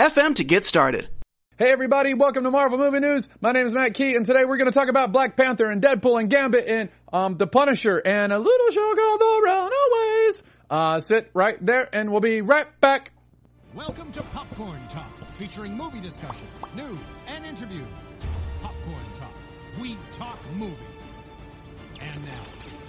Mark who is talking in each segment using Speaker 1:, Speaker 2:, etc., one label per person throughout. Speaker 1: to get started.
Speaker 2: Hey everybody, welcome to Marvel Movie News. My name is Matt Key, and today we're going to talk about Black Panther and Deadpool and Gambit and um, The Punisher and a little show called The Runaways. Uh, sit right there, and we'll be right back.
Speaker 3: Welcome to Popcorn Talk, featuring movie discussion, news, and interviews. Popcorn Talk, we talk movies. And now,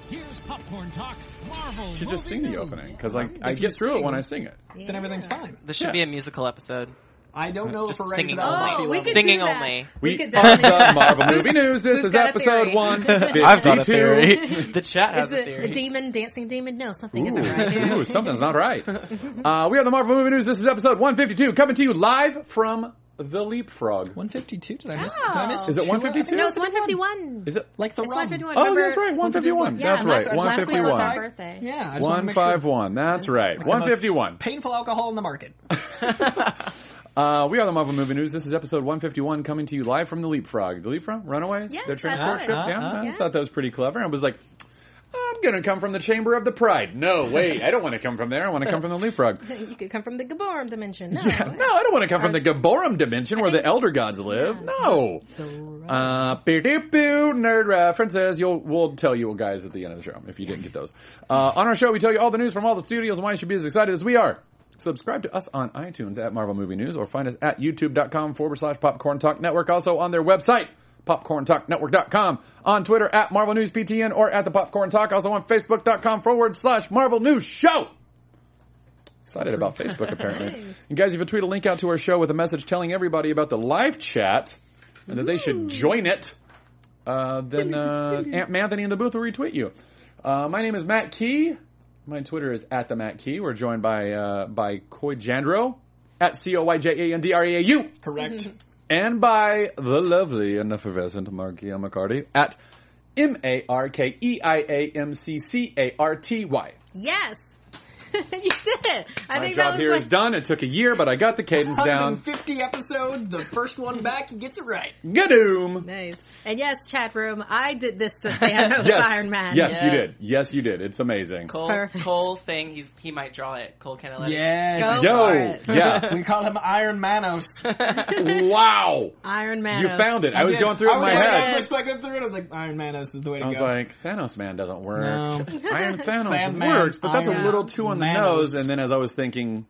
Speaker 3: here's Popcorn Talk's Marvel
Speaker 2: Should
Speaker 3: Movie
Speaker 2: just sing the
Speaker 3: News.
Speaker 2: opening because I,
Speaker 4: If
Speaker 2: I
Speaker 4: you
Speaker 2: get through it
Speaker 4: sing.
Speaker 2: when I sing it.
Speaker 4: then everything's fine.
Speaker 5: This should
Speaker 2: Yeah.
Speaker 5: be a musical episode.
Speaker 4: I
Speaker 2: Uh,
Speaker 4: don't know if
Speaker 5: Just
Speaker 4: we're ready for
Speaker 5: singing
Speaker 4: that.
Speaker 5: along.
Speaker 4: lofty
Speaker 6: Oh, we
Speaker 4: level.
Speaker 6: could
Speaker 5: Singing
Speaker 6: do that.
Speaker 5: only.
Speaker 6: We,
Speaker 2: We are
Speaker 6: could
Speaker 2: the
Speaker 6: definitely.
Speaker 2: Marvel movie news. This
Speaker 6: who's
Speaker 2: is
Speaker 6: got a
Speaker 2: episode
Speaker 6: theory?
Speaker 2: one.
Speaker 6: I've
Speaker 5: the chat has
Speaker 6: Is
Speaker 5: a
Speaker 6: it a
Speaker 5: theory.
Speaker 6: demon dancing demon? No, something
Speaker 2: Ooh,
Speaker 6: isn't right. Yeah.
Speaker 2: ooh, something's not right. Uh, we are the Marvel Movie News. This is episode 152, coming to you live from the Leapfrog.
Speaker 4: 152? Did I miss? Did I miss?
Speaker 6: Oh.
Speaker 2: Is it 152?
Speaker 6: No, it's 151.
Speaker 2: Is it?
Speaker 4: like the
Speaker 6: It's
Speaker 4: rum?
Speaker 6: 151.
Speaker 2: Oh,
Speaker 6: Remember-
Speaker 2: that's right, 151.
Speaker 6: Yeah,
Speaker 2: that's
Speaker 6: last,
Speaker 2: right,
Speaker 6: last week was our
Speaker 2: 151.
Speaker 6: birthday.
Speaker 4: Yeah, I just wanted to
Speaker 2: One
Speaker 4: make sure-
Speaker 2: five one. That's right.
Speaker 4: Like the most
Speaker 2: One fifty one.
Speaker 4: Painful alcohol in the market.
Speaker 2: Uh, we are the Marvel Movie News. This is episode one fifty one, coming to you live from the Leapfrog. The Leapfrog, Runaways,
Speaker 6: Yes,
Speaker 2: their
Speaker 6: I
Speaker 2: transport
Speaker 6: love it.
Speaker 2: ship. yeah,
Speaker 4: Uh-huh.
Speaker 2: I
Speaker 6: Yes.
Speaker 2: thought that was pretty clever. I was like, I'm gonna come from the Chamber of the Pride. No, wait, I don't want to come from there. I want to come from the Leapfrog.
Speaker 6: You could come from the Gaborum dimension. No.
Speaker 2: No, I don't want to come from the Gaborum dimension where the Elder Gods live. No. Uh, boo doo boo, nerd references. You'll, we'll tell you guys at the end of the show if you didn't get those. Uh, on our show, we tell you all the news from all the studios and why you should be as excited as we are. Subscribe to us on iTunes at Marvel Movie News or find us at youtube.com forward slash popcorn talk network. Also on their website, popcorntalknetwork.com. On Twitter at Marvel News PTN or at the popcorn talk. Also on facebook.com forward slash Marvel News Show. Excited about Facebook, apparently. And guys, if you tweet a link out to our show with a message telling everybody about the live chat and that they should join it, uh, then uh, Aunt Anthony in the booth will retweet you. Uh, my name is Matt Key. My Twitter is at the Matt Key. We're joined by uh, by Coyjandro at C O Y J A N D R E A U
Speaker 4: Correct.
Speaker 2: and by the lovely and effervescent Markia McCarty at M A R K E I A M C C A R T Y.
Speaker 6: Yes. you did it. I
Speaker 2: My
Speaker 6: think
Speaker 2: job
Speaker 6: that was
Speaker 2: here is
Speaker 6: like,
Speaker 2: done. It took a year, but I got the cadence down.
Speaker 4: 150 episodes. The first one back gets it right.
Speaker 2: Gadoom!
Speaker 6: Nice. And yes, chat room, I did this since they had no
Speaker 2: Yes,
Speaker 6: Iron Man.
Speaker 2: yes, you
Speaker 5: Yes.
Speaker 2: did. Yes, you did. It's amazing.
Speaker 5: Cole,
Speaker 6: Perfect.
Speaker 5: Cole saying he's, he might draw it. Cole can't let it.
Speaker 4: Yes.
Speaker 6: Go. for
Speaker 2: Yo,
Speaker 6: it.
Speaker 2: yeah,
Speaker 4: We call him Iron Manos.
Speaker 2: wow,
Speaker 6: Iron Man.
Speaker 2: you found it. I was
Speaker 4: Dude,
Speaker 2: going through it in my
Speaker 4: was like-
Speaker 2: head.
Speaker 4: I was like, looking through it. I was like, Iron Manos is the way to
Speaker 2: I was
Speaker 4: go.
Speaker 2: like, Thanos man doesn't work.
Speaker 4: No.
Speaker 2: Iron Thanos
Speaker 4: Fan man,
Speaker 2: works, but that's a
Speaker 4: Iron
Speaker 2: little too on the nose.
Speaker 4: Manos.
Speaker 2: And then as I was thinking,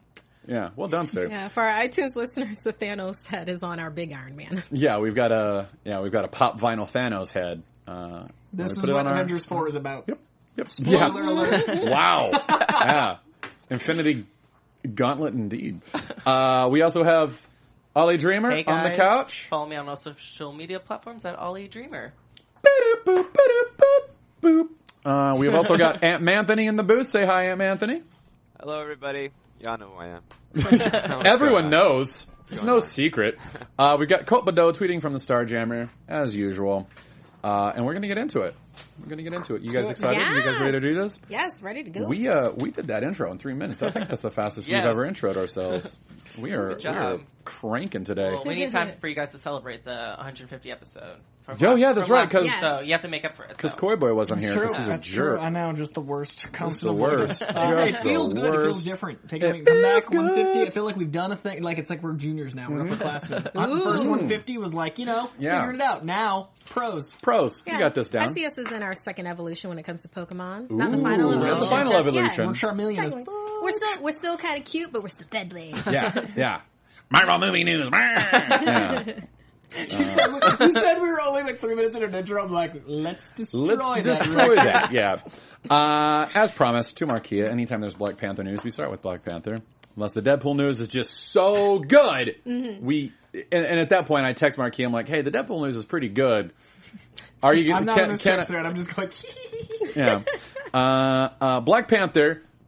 Speaker 2: yeah, well done, sir.
Speaker 6: Yeah, for our iTunes listeners, the Thanos head is on our big Iron Man.
Speaker 2: Yeah, we've got a yeah, we've got a pop vinyl Thanos head. Uh, we
Speaker 4: this is
Speaker 2: put it
Speaker 4: what
Speaker 2: on our-
Speaker 4: Avengers 4 is about.
Speaker 2: Yep. Yep.
Speaker 4: Spoiler
Speaker 2: Yeah.
Speaker 4: alert.
Speaker 2: Wow. yeah. Infinity Gauntlet, indeed. Uh, we also have Ollie Dreamer
Speaker 5: Hey,
Speaker 2: on the
Speaker 5: guys.
Speaker 2: couch.
Speaker 5: Follow me on all social media platforms at Ollie Dreamer.
Speaker 2: Boop, boop, boop, boop. Uh, we have also got Aunt Anthony in the booth. Say hi, Aunt Anthony.
Speaker 7: Hello, everybody. Y'all know who I am.
Speaker 2: Everyone knows. It's
Speaker 7: going
Speaker 2: no
Speaker 7: on?
Speaker 2: secret. Uh, we've got Colt Badeau tweeting from the Starjammer, as usual. Uh, and we're going to get into it. We're going to get into it. You guys excited? You guys ready to do this?
Speaker 6: Yes, ready to go.
Speaker 2: We uh we did that intro in three minutes. I think that's the fastest
Speaker 5: Yes.
Speaker 2: we've ever introed ourselves. We are, we are
Speaker 5: job.
Speaker 2: cranking today.
Speaker 5: Well, we need time for you guys to celebrate the 150 episode. From
Speaker 2: Oh, yeah, that's
Speaker 5: from
Speaker 2: right,
Speaker 5: last week,
Speaker 6: 'cause-
Speaker 5: so you have to make up for it.
Speaker 2: Because
Speaker 5: so.
Speaker 2: Koi Boy wasn't here.
Speaker 4: That's true.
Speaker 2: 'cause he's
Speaker 4: That's
Speaker 2: a
Speaker 4: true.
Speaker 2: jerk.
Speaker 4: I know, just the worst.
Speaker 2: the
Speaker 4: Constant
Speaker 2: worst. Just
Speaker 4: it feels
Speaker 2: the
Speaker 4: good. It
Speaker 2: worst.
Speaker 4: feels different. Take it,
Speaker 2: It
Speaker 4: come back.
Speaker 2: feels
Speaker 4: 150. I
Speaker 2: good. Mm-hmm.
Speaker 4: feel like we've done a thing. Like it's like we're juniors now. We're upperclassmen. Uh, the first
Speaker 6: Ooh.
Speaker 4: 150 was like you know
Speaker 2: Yeah.
Speaker 4: figuring it out. Now pros.
Speaker 2: Pros, you
Speaker 6: Yeah.
Speaker 2: got this down.
Speaker 6: I see us as in our second evolution when it comes to Pokemon. Not the
Speaker 2: Ooh,
Speaker 6: final
Speaker 2: not the
Speaker 6: evolution.
Speaker 2: final
Speaker 6: just
Speaker 2: evolution.
Speaker 6: yet.
Speaker 4: We're Charmeleon. As
Speaker 6: Exactly. We're still we're still kind of cute, but we're still deadly.
Speaker 2: Yeah, yeah. Marvel movie news. yeah.
Speaker 4: you, said we, you said we were only like three minutes into an intro. I'm like, let's destroy
Speaker 2: Let's
Speaker 4: that.
Speaker 2: destroy that. Yeah. Uh, as promised, to Markia, anytime there's Black Panther news, we start with Black Panther. Unless the Deadpool news is just so good,
Speaker 4: Mm-hmm.
Speaker 2: we and, and at that point I text Markia. I'm like, "Hey, the Deadpool news is pretty good. Are you?
Speaker 4: I'm not
Speaker 2: can-
Speaker 4: on this
Speaker 2: can
Speaker 4: text
Speaker 2: I-
Speaker 4: thread. I'm just going.
Speaker 2: yeah. Uh, uh, Black Panther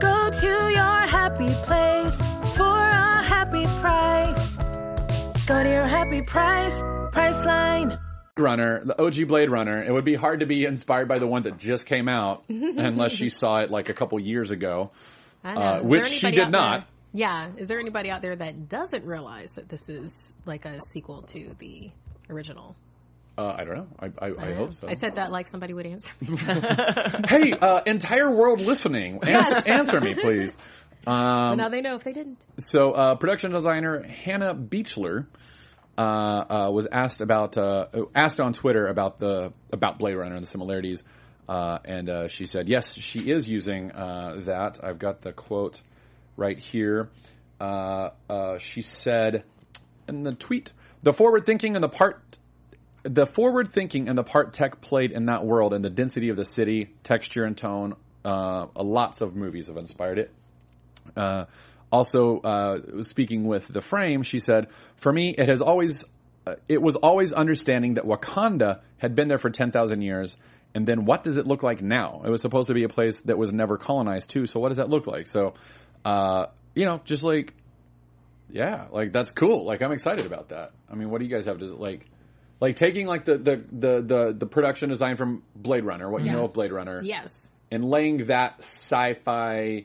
Speaker 8: Go to your happy place for a happy price. Go to your happy price, Priceline.
Speaker 2: Runner, the OG Blade Runner. It would be hard to be inspired by the one that just came out unless she saw it like a couple years ago,
Speaker 6: I know.
Speaker 2: uh,
Speaker 6: Is there
Speaker 2: which she
Speaker 6: anybody
Speaker 2: did
Speaker 6: out there-
Speaker 2: not.
Speaker 6: Yeah. Is there anybody out there that doesn't realize that this is like a sequel to the original?
Speaker 2: Uh, I don't know. I, I, I, hope so.
Speaker 6: I said that like somebody would answer. me.
Speaker 2: hey, uh, entire world listening, answer, answer me, please.
Speaker 6: But
Speaker 2: Um,
Speaker 6: now they know if they didn't.
Speaker 2: so, uh, production designer Hannah Beechler uh, uh, was asked about uh, asked on Twitter about the about Blade Runner and the similarities, uh, and uh, she said yes, she is using uh, that. I've got the quote right here. Uh, uh, she said in the tweet, "The forward thinking and the part." the forward thinking and the part tech played in that world and the density of the city, texture and tone, uh, lots of movies have inspired it. Uh, also, uh, speaking with the frame, she said, "For me, it has always, uh, it was always understanding that Wakanda had been there for ten thousand years, and then what does it look like now? It was supposed to be a place that was never colonized too. So what does that look like? So, uh, you know, just like, yeah, like that's cool. Like I'm excited about that. I mean, what do you guys have to like?" Like taking like the, the, the, the, the production design from Blade Runner, what you know of Blade Runner,
Speaker 6: Yes.
Speaker 2: and laying that sci-fi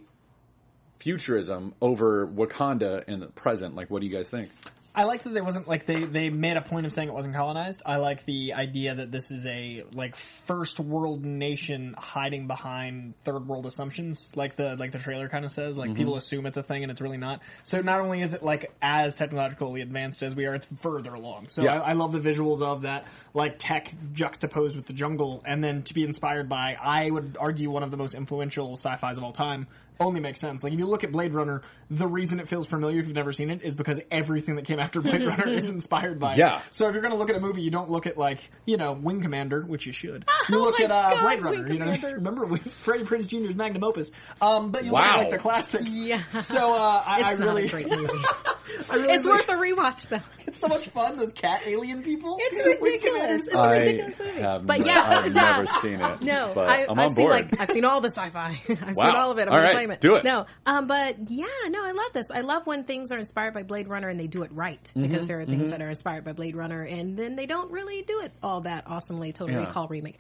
Speaker 2: futurism over Wakanda in the present. Like, what do you guys think?
Speaker 4: I like that they wasn't like they they made a point of saying it wasn't colonized. I like the idea that this is a like first world nation hiding behind third world assumptions, like the like the trailer kind of says. Like people assume it's a thing and it's really not. So not only is it like as technologically advanced as we are, it's further along. So
Speaker 2: Yeah.
Speaker 4: I, I love the visuals of that, like tech juxtaposed with the jungle, and then to be inspired by, I would argue one of the most influential sci-fi's of all time. Only makes sense. Like if you look at Blade Runner, the reason it feels familiar if you've never seen it is because everything that came after Blade Runner is inspired by it.
Speaker 2: Yeah.
Speaker 4: So if you're gonna look at a movie, you don't look at like you know Wing Commander, which you should. You look
Speaker 6: Oh my
Speaker 4: at uh,
Speaker 6: God,
Speaker 4: Blade
Speaker 6: Wing
Speaker 4: Runner. You know, what I mean?
Speaker 6: Commander.
Speaker 4: remember Wing- Freddie Prinze Jr.'s magnum opus. Um, but you look
Speaker 2: Wow.
Speaker 4: at like the classics.
Speaker 6: Yeah.
Speaker 4: So uh, I,
Speaker 6: It's
Speaker 4: I
Speaker 6: not
Speaker 4: really,
Speaker 6: a great movie.
Speaker 4: I really
Speaker 6: it's worth a rewatch though.
Speaker 4: it's so much fun, those cat alien people.
Speaker 6: It's
Speaker 4: Wing
Speaker 6: ridiculous.
Speaker 4: Commander.
Speaker 6: It's a ridiculous movie.
Speaker 2: have
Speaker 6: But
Speaker 2: ne-
Speaker 6: yeah,
Speaker 2: I've
Speaker 6: yeah.
Speaker 2: never seen it.
Speaker 6: No,
Speaker 2: but
Speaker 6: I,
Speaker 2: am on
Speaker 6: I've seen
Speaker 2: board.
Speaker 6: like I've seen all the sci-fi. I've
Speaker 2: Wow.
Speaker 6: seen all of it. I'm
Speaker 2: All
Speaker 6: gonna
Speaker 2: right,
Speaker 6: claim it.
Speaker 2: do it.
Speaker 6: No, um, but yeah, no, I love this. I love when things are inspired by Blade Runner and they do it right
Speaker 2: Mm-hmm,
Speaker 6: because there are things that are inspired by Blade Runner and then they don't really do it all that awesomely. Total
Speaker 2: Yeah.
Speaker 6: Recall remake.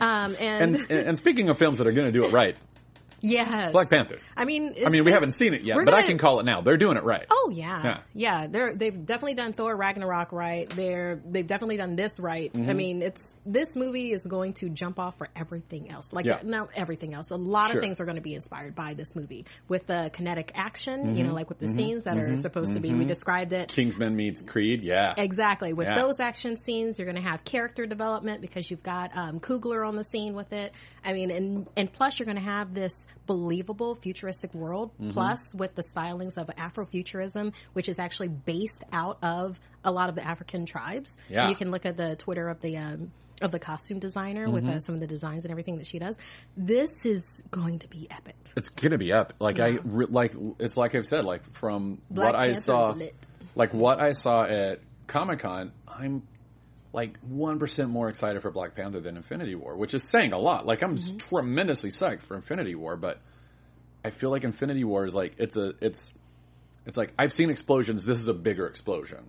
Speaker 6: um, and,
Speaker 2: and, and and speaking of films that are going to do it right,
Speaker 6: yes,
Speaker 2: Black Panther.
Speaker 6: I mean, is
Speaker 2: I mean, we
Speaker 6: this-
Speaker 2: haven't seen it yet,
Speaker 6: we're
Speaker 2: but I
Speaker 6: gonna-
Speaker 2: can call it now. They're doing it right.
Speaker 6: Oh yeah,
Speaker 2: Yeah.
Speaker 6: yeah. they're they've definitely done Thor Ragnarok right. They're they've definitely done this right. I
Speaker 2: Mm-hmm.
Speaker 6: mean, it's this movie is going to jump off for everything else. Like
Speaker 2: Yeah.
Speaker 6: not everything else. A lot
Speaker 2: Sure.
Speaker 6: of things are going to be inspired by this movie with the kinetic action. You
Speaker 2: Mm-hmm.
Speaker 6: know, like with the scenes that are supposed to be. We described it.
Speaker 2: Kingsman meets Creed. Yeah.
Speaker 6: Exactly. With
Speaker 2: Yeah.
Speaker 6: those action scenes, you're going to have character development because you've got um, Kugler on the scene with it. I mean, and and plus you're going to have this believable futuristic world.
Speaker 2: Mm-hmm.
Speaker 6: Plus with the stylings of Afrofuturism, which is actually based out of a lot of the African tribes.
Speaker 2: Yeah.
Speaker 6: And you can look at the Twitter of the. Um, of the costume designer with
Speaker 2: Mm-hmm.
Speaker 6: uh, some of the designs and everything that she does, this is going to be epic.
Speaker 2: It's gonna be up. Like I re- like it's like I've said. Like from
Speaker 6: Black
Speaker 2: what I
Speaker 6: Panther's
Speaker 2: saw,
Speaker 6: lit.
Speaker 2: like what I saw at Comic Con, I'm like one percent more excited for Black Panther than Infinity War, which is saying a lot. Like I'm tremendously psyched for Infinity War, but I feel like Infinity War is like it's a it's it's like I've seen explosions. This is a bigger explosion.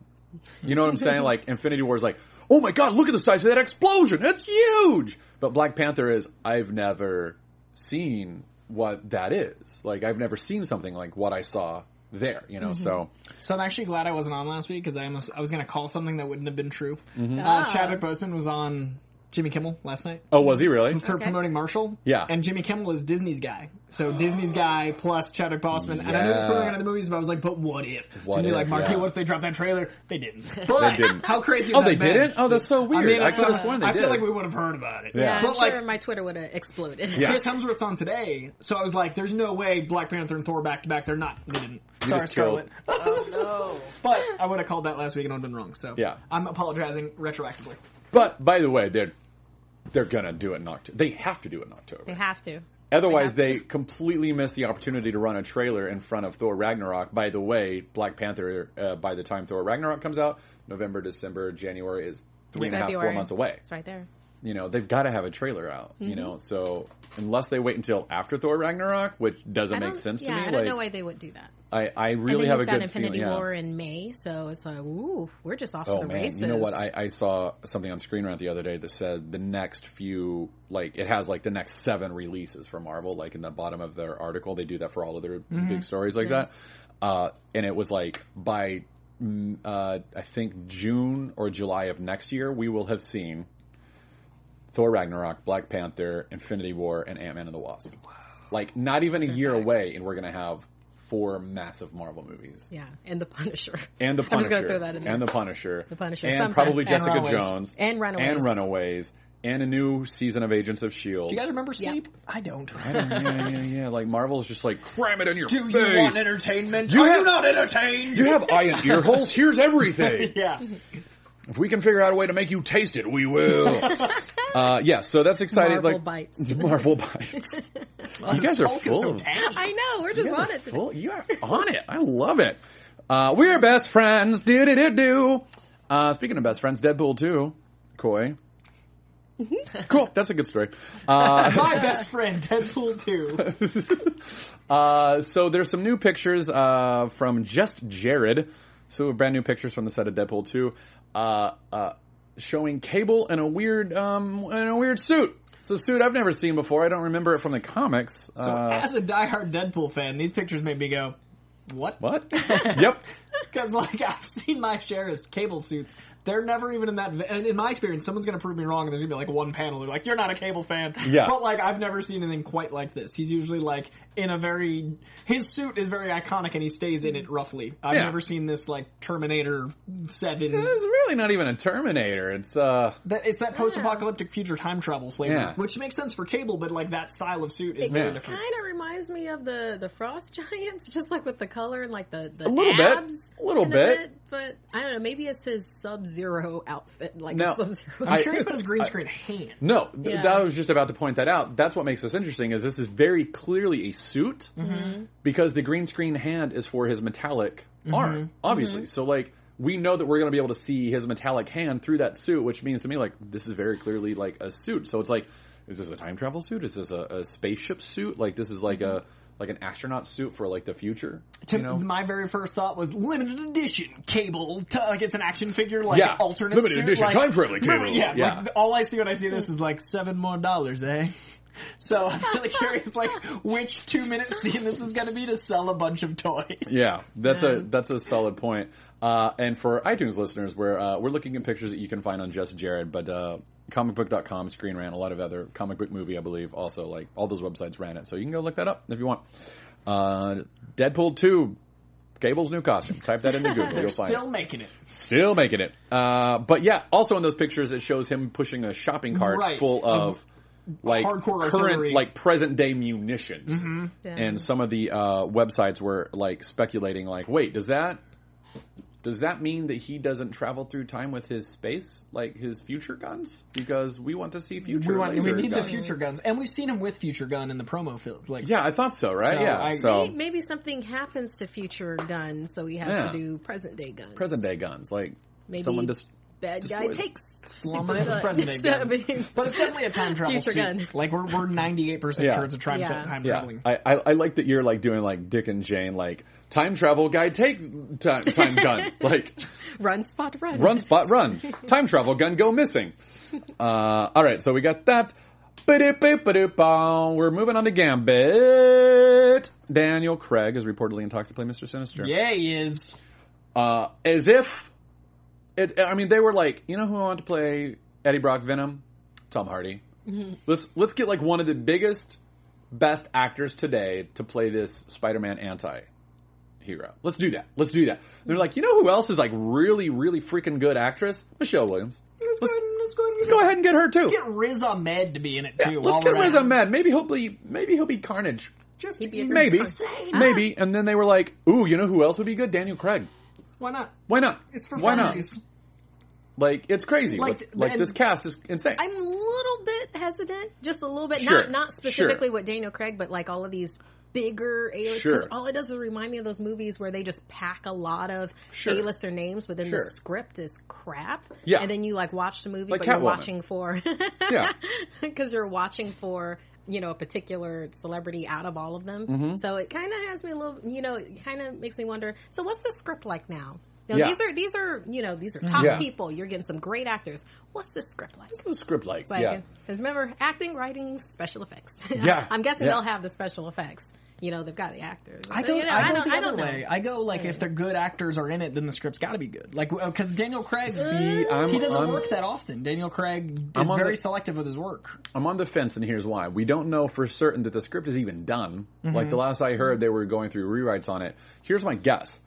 Speaker 2: You know what I'm saying? Like Infinity War is like, oh my god, look at the size of that explosion. That's huge. But Black Panther is I've never seen what that is. Like I've never seen something like what I saw there. You know, so
Speaker 4: So I'm actually glad I wasn't on last week because I almost I was going to call something that wouldn't have been true.
Speaker 2: Mm-hmm.
Speaker 6: Ah.
Speaker 4: Uh, Chadwick Boseman was on Jimmy Kimmel last night
Speaker 2: oh, was he really?
Speaker 4: for promoting Marshall.
Speaker 2: Yeah.
Speaker 4: and Jimmy Kimmel is Disney's guy, so Disney's guy plus Chadwick Boseman. And I know it's
Speaker 2: Yeah.
Speaker 4: probably out of the movies, but I was like, but what if? So
Speaker 2: What
Speaker 4: you'd be
Speaker 2: if,
Speaker 4: like, Mark,
Speaker 2: yeah.
Speaker 4: what if they dropped that trailer? They didn't. But
Speaker 2: didn't.
Speaker 4: how crazy?
Speaker 2: Oh,
Speaker 4: would that
Speaker 2: they
Speaker 4: have been?
Speaker 2: didn't. Oh, that's so weird. I,
Speaker 4: I mean, I,
Speaker 2: could have sworn they
Speaker 4: I
Speaker 2: did.
Speaker 4: feel like we would have heard about it.
Speaker 2: Yeah.
Speaker 6: I'm
Speaker 4: But, like-
Speaker 6: sure my Twitter would have exploded.
Speaker 2: Yeah.
Speaker 4: Chris Hemsworth's on today, so I was like, "There's no way Black Panther and Thor back to back. They're not. They didn't. Sorry,
Speaker 2: just killed-
Speaker 4: Scarlet. Oh, but I would have called that last week and I'd been wrong. So
Speaker 2: Yeah.
Speaker 4: I'm apologizing retroactively.
Speaker 2: But by the way, they're they're gonna do it in October. They have to do it in October.
Speaker 6: They have to.
Speaker 2: Otherwise, they
Speaker 6: They
Speaker 2: completely miss the opportunity to run a trailer in front of Thor Ragnarok. By the way, Black Panther, uh, by the time Thor Ragnarok comes out, November, December, January is three and a half, four
Speaker 6: February.
Speaker 2: months away.
Speaker 6: It's right there.
Speaker 2: You know, they've got to have a trailer out,
Speaker 6: Mm-hmm.
Speaker 2: you know, so unless they wait until after Thor Ragnarok, which doesn't
Speaker 6: I
Speaker 2: make
Speaker 6: don't-
Speaker 2: sense
Speaker 6: yeah,
Speaker 2: to me.
Speaker 6: I don't
Speaker 2: like,
Speaker 6: know why they would do that.
Speaker 2: I, I
Speaker 6: And
Speaker 2: really
Speaker 6: then
Speaker 2: have a
Speaker 6: you've got
Speaker 2: good
Speaker 6: Infinity
Speaker 2: feeling, yeah.
Speaker 6: War in May, so it's like, ooh, we're just off
Speaker 2: Oh
Speaker 6: to the
Speaker 2: man,
Speaker 6: races.
Speaker 2: you know what? I, I saw something on Screen Rant the other day that said the next few, like it has like the next seven releases for Marvel, like in the bottom of their article. They do that for all of their
Speaker 6: Mm-hmm.
Speaker 2: big stories like that. Uh, and it was like by mm, uh, I think June or July of next year, we will have seen Thor Ragnarok, Black Panther, Infinity War, and Ant Man and the Wasp. Like not even a year away, and we're gonna have four massive Marvel movies
Speaker 6: yeah, and the Punisher.
Speaker 2: and the
Speaker 6: I'm just
Speaker 2: Punisher,
Speaker 6: gonna throw that in there.
Speaker 2: and the Punisher, the
Speaker 6: Punisher,
Speaker 2: and
Speaker 6: sometime.
Speaker 2: probably
Speaker 6: And
Speaker 2: Jessica
Speaker 4: Runaways.
Speaker 2: Jones,
Speaker 6: And Runaways.
Speaker 2: and Runaways, and a new season of Agents of Shield.
Speaker 4: You guys remember Sleep? I don't.
Speaker 2: yeah, yeah, yeah, yeah. Like Marvel's just like cram it in your
Speaker 4: Do you
Speaker 2: face.
Speaker 4: want entertainment?
Speaker 2: You
Speaker 4: Are
Speaker 2: have-
Speaker 4: you not entertained?
Speaker 2: you have eye and ear holes. Here's everything.
Speaker 4: yeah.
Speaker 2: If we can figure out a way to make you taste it, we will. uh, yeah, so that's exciting.
Speaker 6: Marvel
Speaker 2: like
Speaker 6: bites.
Speaker 2: Marvel bites. you guys are
Speaker 4: Hulk is
Speaker 2: full.
Speaker 4: so
Speaker 2: of-
Speaker 4: tangy.
Speaker 6: I know we're just
Speaker 2: You guys
Speaker 6: on
Speaker 2: are
Speaker 6: it today.
Speaker 2: full- you are on it. I love it. Uh, we're best friends. Do do do do. Uh, speaking of best friends, Deadpool too. Coy. cool. That's a good story. Uh,
Speaker 4: My best friend, Deadpool 2.
Speaker 2: uh, so there's some new pictures uh, from just Jared. So brand new pictures from the set of Deadpool 2, uh, uh, showing Cable in a weird um, in a weird suit. It's a suit I've never seen before. I don't remember it from the comics.
Speaker 4: So,
Speaker 2: uh,
Speaker 4: as a diehard Deadpool fan, these pictures made me go, what?
Speaker 2: what? yep.
Speaker 4: Because, like, I've seen my share of cable suits. They're never even in that. And in my experience, someone's going to prove me wrong, and there's going to be, like, one panel. They're like, you're not a cable fan.
Speaker 2: Yeah.
Speaker 4: But, like, I've never seen anything quite like this. He's usually, like, in a very. His suit is very iconic, and he stays in it roughly. I've
Speaker 2: Yeah.
Speaker 4: never seen this, like, Terminator 7
Speaker 2: It's really not even a Terminator. It's uh.
Speaker 4: That it's that post-apocalyptic future time travel flavor,
Speaker 2: Yeah.
Speaker 4: which makes sense for Cable, but like that style of suit is
Speaker 6: It
Speaker 4: very
Speaker 2: Yeah.
Speaker 4: different.
Speaker 6: kind of reminds me of the the frost giants, just like with the color and like the the
Speaker 2: A little bit.
Speaker 6: abs
Speaker 2: A little
Speaker 6: and
Speaker 2: bit.
Speaker 6: But I don't know. Maybe it's his Sub Zero outfit, like
Speaker 2: Now,
Speaker 6: Sub Zero.
Speaker 2: I-
Speaker 4: I'm curious about his green screen hand.
Speaker 2: No, th-
Speaker 6: Yeah.
Speaker 2: that- I was just about to point that out. That's what makes this interesting. Is this is very clearly a suit because the green screen hand is for his metallic arm, obviously. So like we know that we're going to be able to see his metallic hand through that suit, which means to me like this is very clearly like a suit. So it's like, is this a time travel suit? Is this a, a spaceship suit? Like this is like a like an astronaut suit for like the future.
Speaker 4: To,
Speaker 2: you know?
Speaker 4: My very first thought was limited edition Cable. T- like it's an action figure, like
Speaker 2: Yeah.
Speaker 4: alternate
Speaker 2: Limited
Speaker 4: suit,
Speaker 2: edition
Speaker 4: like-
Speaker 2: time traveling
Speaker 4: Remember-
Speaker 2: Cable.
Speaker 4: Yeah,
Speaker 2: Yeah.
Speaker 4: Like, all I see when I see this is like seven more dollars, eh? So I'm really curious, like which two minute scene this is going to be to sell a bunch of toys.
Speaker 2: Yeah, that's a
Speaker 4: Um,
Speaker 2: that's a solid point. Uh, and for iTunes listeners, we're uh, we're looking at pictures that you can find on Just Jared, but uh, comicbook.com, Screen Rant, a lot of other comic book movie, I believe, also like all those websites ran it, so you can go look that up if you want. Uh, Deadpool two, Cable's new costume. Type that into Google, you'll find
Speaker 4: Still
Speaker 2: it.
Speaker 4: making it.
Speaker 2: Still making it. Uh, but yeah, also in those pictures, it shows him pushing a shopping cart
Speaker 4: Right.
Speaker 2: full of. Like
Speaker 4: hardcore
Speaker 2: current,
Speaker 4: artillery. Mm-hmm.
Speaker 2: like present day munitions, and some of the uh, websites were like speculating, like, wait, does that does that mean that he doesn't travel through time with his space, like his future guns? Because we want to see future.
Speaker 4: We, want, we
Speaker 2: laser
Speaker 4: need
Speaker 2: guns.
Speaker 4: the future guns, and we've seen him with future gun in the promo field. Like,
Speaker 2: Yeah, I thought so, right?
Speaker 4: So,
Speaker 2: yeah.
Speaker 4: I-
Speaker 2: so
Speaker 6: Maybe, maybe something happens to future guns, so he has
Speaker 2: Yeah.
Speaker 6: to do present day guns.
Speaker 2: present day guns, like
Speaker 6: Maybe
Speaker 2: someone just
Speaker 6: bad guy
Speaker 2: destroyed.
Speaker 6: takes
Speaker 4: Slumber
Speaker 6: super gun.
Speaker 4: present day
Speaker 6: So, I
Speaker 4: guns.
Speaker 6: mean-
Speaker 4: But it's definitely a time travel
Speaker 6: Future
Speaker 4: suit.
Speaker 6: gun.
Speaker 4: Like we're we're ninety eight percent
Speaker 2: Yeah.
Speaker 4: sure it's a time,
Speaker 6: Yeah.
Speaker 4: time
Speaker 2: yeah.
Speaker 4: traveling.
Speaker 2: I, I I like that you're like doing like Dick and Jane, like time travel guy take time time gun, like
Speaker 6: run spot run.
Speaker 2: run spot run time travel gun go missing. Uh, all right, so we got that. Ba-doop-boop-ba-doop-bow. We're moving on to Gambit. Daniel Craig is reportedly in talks to play Mr. Sinister.
Speaker 4: yeah, he is.
Speaker 2: uh, as if it. I mean, they were like, you know, who I want to play Eddie Brock Venom? Tom Hardy.
Speaker 4: Mm-hmm.
Speaker 2: Let's let's get like one of the biggest, best actors today to play this Spider-Man anti. Hero. Let's do that. Let's do that. They're like, you know who else is like really, really freaking good actress? Michelle Williams. Let's,
Speaker 4: go ahead and- let's go ahead and
Speaker 2: let's
Speaker 4: get-
Speaker 2: go ahead and get her too.
Speaker 4: Get Riz Ahmed to be in it too.
Speaker 2: Let's
Speaker 4: while
Speaker 2: get
Speaker 4: we're
Speaker 2: Riz
Speaker 4: at it.
Speaker 2: Ahmed. Maybe he'll be maybe he'll be Carnage.
Speaker 4: Just
Speaker 6: He'd be a-
Speaker 2: Maybe.
Speaker 6: Insane.
Speaker 2: Maybe. And then they were like, ooh, you know who else would be good? Daniel Craig.
Speaker 4: why not?
Speaker 2: Why not?
Speaker 4: It's for
Speaker 2: Why not?
Speaker 4: funsies.
Speaker 2: Like it's crazy.
Speaker 6: Like,
Speaker 2: Like, like
Speaker 6: and-
Speaker 2: this cast is insane.
Speaker 6: I'm a little bit hesitant, just a little bit.
Speaker 2: Sure,
Speaker 6: Not not specifically with Daniel Craig, but like all of these bigger A-listers.
Speaker 2: Sure.
Speaker 6: All it does is remind me of those movies where they just pack a lot of
Speaker 2: Sure.
Speaker 6: A-lister names, but then
Speaker 2: Sure.
Speaker 6: the script is crap.
Speaker 2: Yeah.
Speaker 6: and then you like watch the movie,
Speaker 2: Like
Speaker 6: but you're
Speaker 2: Catwoman.
Speaker 6: watching for
Speaker 2: Yeah.
Speaker 6: because you're watching for. You know, a particular celebrity out of all of them.
Speaker 2: Mm-hmm.
Speaker 6: So it kind of has me a little, you know, it kind of makes me wonder. So what's the script like now? Now,
Speaker 2: Yeah. Mm-hmm.
Speaker 6: these are, these are, you know, these are top
Speaker 2: Yeah.
Speaker 6: people. You're getting some great acttors. What's the script like?
Speaker 2: script like,
Speaker 6: Like,
Speaker 2: yeah.
Speaker 6: Because remember, acting, writing, special effects.
Speaker 2: Yeah,
Speaker 6: I'm guessing
Speaker 2: yeah.
Speaker 6: they'll have the special effects. You know, they've got the actors.
Speaker 4: I go,
Speaker 6: You know,
Speaker 4: I go
Speaker 6: don't-
Speaker 4: the
Speaker 6: I don't
Speaker 4: other way.
Speaker 6: know.
Speaker 4: I go like if they're good actors are in it, then the script's got to be good. Like because Daniel Craig,
Speaker 2: I'm-
Speaker 4: he doesn't
Speaker 2: I'm-
Speaker 4: work that often. Daniel Craig is
Speaker 2: I'm on
Speaker 4: very
Speaker 2: the-
Speaker 4: selective with his work.
Speaker 2: I'm on the fence, and here's why. We don't know for certain that the script is even done. Like the last I heard, they were going through rewrites on it. Here's my guess: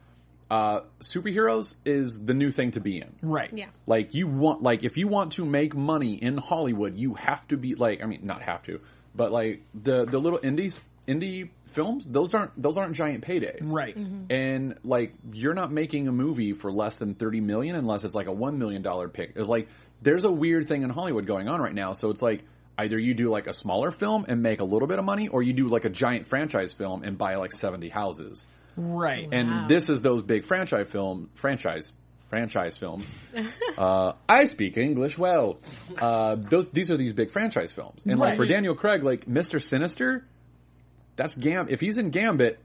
Speaker 2: uh, superheroes is the new thing to be in.
Speaker 4: Right.
Speaker 6: Yeah.
Speaker 2: Like you want, like if you want to make money in Hollywood, you have to be like, I mean, not have to, but like the the little indies, indie films, those aren't those aren't giant paydays,
Speaker 4: Right.
Speaker 2: And like you're not making a movie for less than thirty million unless it's like a one million dollar pick. It's like there's a weird thing in Hollywood going on right now, so it's like. Either you do like a smaller film and make a little bit of money, or you do like a giant franchise film and buy like seventy houses.
Speaker 4: Right.
Speaker 2: And this is those big franchise film franchise franchise films. uh, I speak English well. Uh, those these are these big franchise films, and like for
Speaker 4: Right.
Speaker 2: Daniel Craig, like Mister Sinister, that's Gam. If he's in Gambit.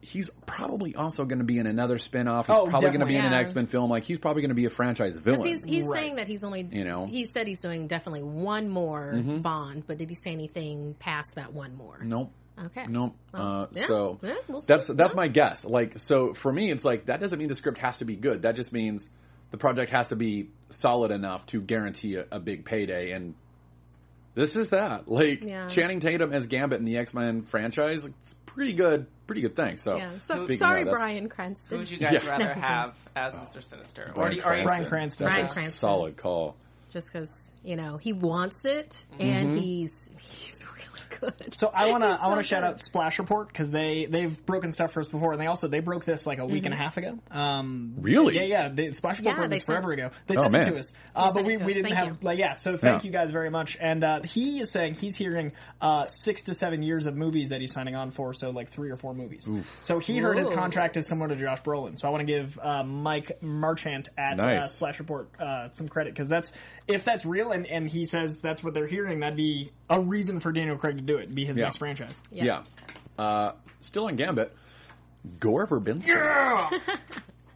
Speaker 2: He's probably also going to be in another spin-off. He's
Speaker 4: Oh,
Speaker 2: probably going to be in an
Speaker 6: definitely.
Speaker 2: X-Men film. Like he's probably going to be a franchise villain.
Speaker 6: 'Cause He's, he's
Speaker 4: Right.
Speaker 6: saying that he's only,
Speaker 2: You know? Mm-hmm.
Speaker 6: he said he's doing definitely one more Bond, but did he say anything past that one more?
Speaker 2: Nope.
Speaker 6: Okay.
Speaker 2: Mm-hmm. Nope.
Speaker 6: Well,
Speaker 2: uh,
Speaker 6: Oh. yeah,
Speaker 2: So
Speaker 6: yeah, we'll see.
Speaker 2: that's that's
Speaker 6: Yeah.
Speaker 2: my guess. Like so for me, it's like that doesn't mean the script has to be good. That just means the project has to be solid enough to guarantee a, a big payday. And this is that. Like
Speaker 6: Yeah.
Speaker 2: Channing Tatum as Gambit in the X Men franchise, it's pretty good. Pretty good thing. So
Speaker 6: Yeah. So
Speaker 2: speaking
Speaker 6: sorry,
Speaker 2: of, that's-
Speaker 6: Brian
Speaker 5: Who
Speaker 6: Cranston.
Speaker 5: would you guys
Speaker 2: Yeah. Oh.
Speaker 5: rather
Speaker 6: That makes
Speaker 5: have as Mr. Sinister? Or
Speaker 2: Bryan
Speaker 5: do you, are you
Speaker 4: Bryan Cranston.
Speaker 2: that's a
Speaker 6: Bryan Cranston.
Speaker 2: Solid call.
Speaker 6: Just because you know he wants it,
Speaker 2: Mm-hmm.
Speaker 6: and he's he's really good.
Speaker 4: So I want to
Speaker 6: He's
Speaker 4: I want to
Speaker 6: so
Speaker 4: shout
Speaker 6: good.
Speaker 4: out Splash Report because they they've broken stuff for us before, and they also they broke this like a week and a half ago. Um,
Speaker 2: Really?
Speaker 4: Yeah, yeah. They, Splash Report
Speaker 6: Yeah,
Speaker 4: broke
Speaker 6: they
Speaker 4: this forever
Speaker 6: sent-
Speaker 4: ago. They
Speaker 2: Oh,
Speaker 4: sent it
Speaker 2: man.
Speaker 4: to us, uh, but
Speaker 6: sent it
Speaker 4: we,
Speaker 6: to
Speaker 4: we
Speaker 6: us.
Speaker 4: didn't
Speaker 6: Thank
Speaker 4: have
Speaker 6: you.
Speaker 4: like yeah. So thank
Speaker 2: Yeah.
Speaker 4: you guys very much. And uh, he is saying he's hearing uh, six to seven years of movies that he's signing on for, so like three or four movies. So he heard his
Speaker 6: Ooh.
Speaker 4: contract is similar to Josh Brolin. So I want to give uh, Mike Marchant at uh,
Speaker 2: Nice.
Speaker 4: Splash Report uh, some credit because that's if that's real and, and he says that's what they're hearing, that'd be a reason for Daniel Craig to do it, be his
Speaker 2: Yeah.
Speaker 4: next franchise.
Speaker 2: Yeah. Uh, still on Gambit. Gore Verbinski.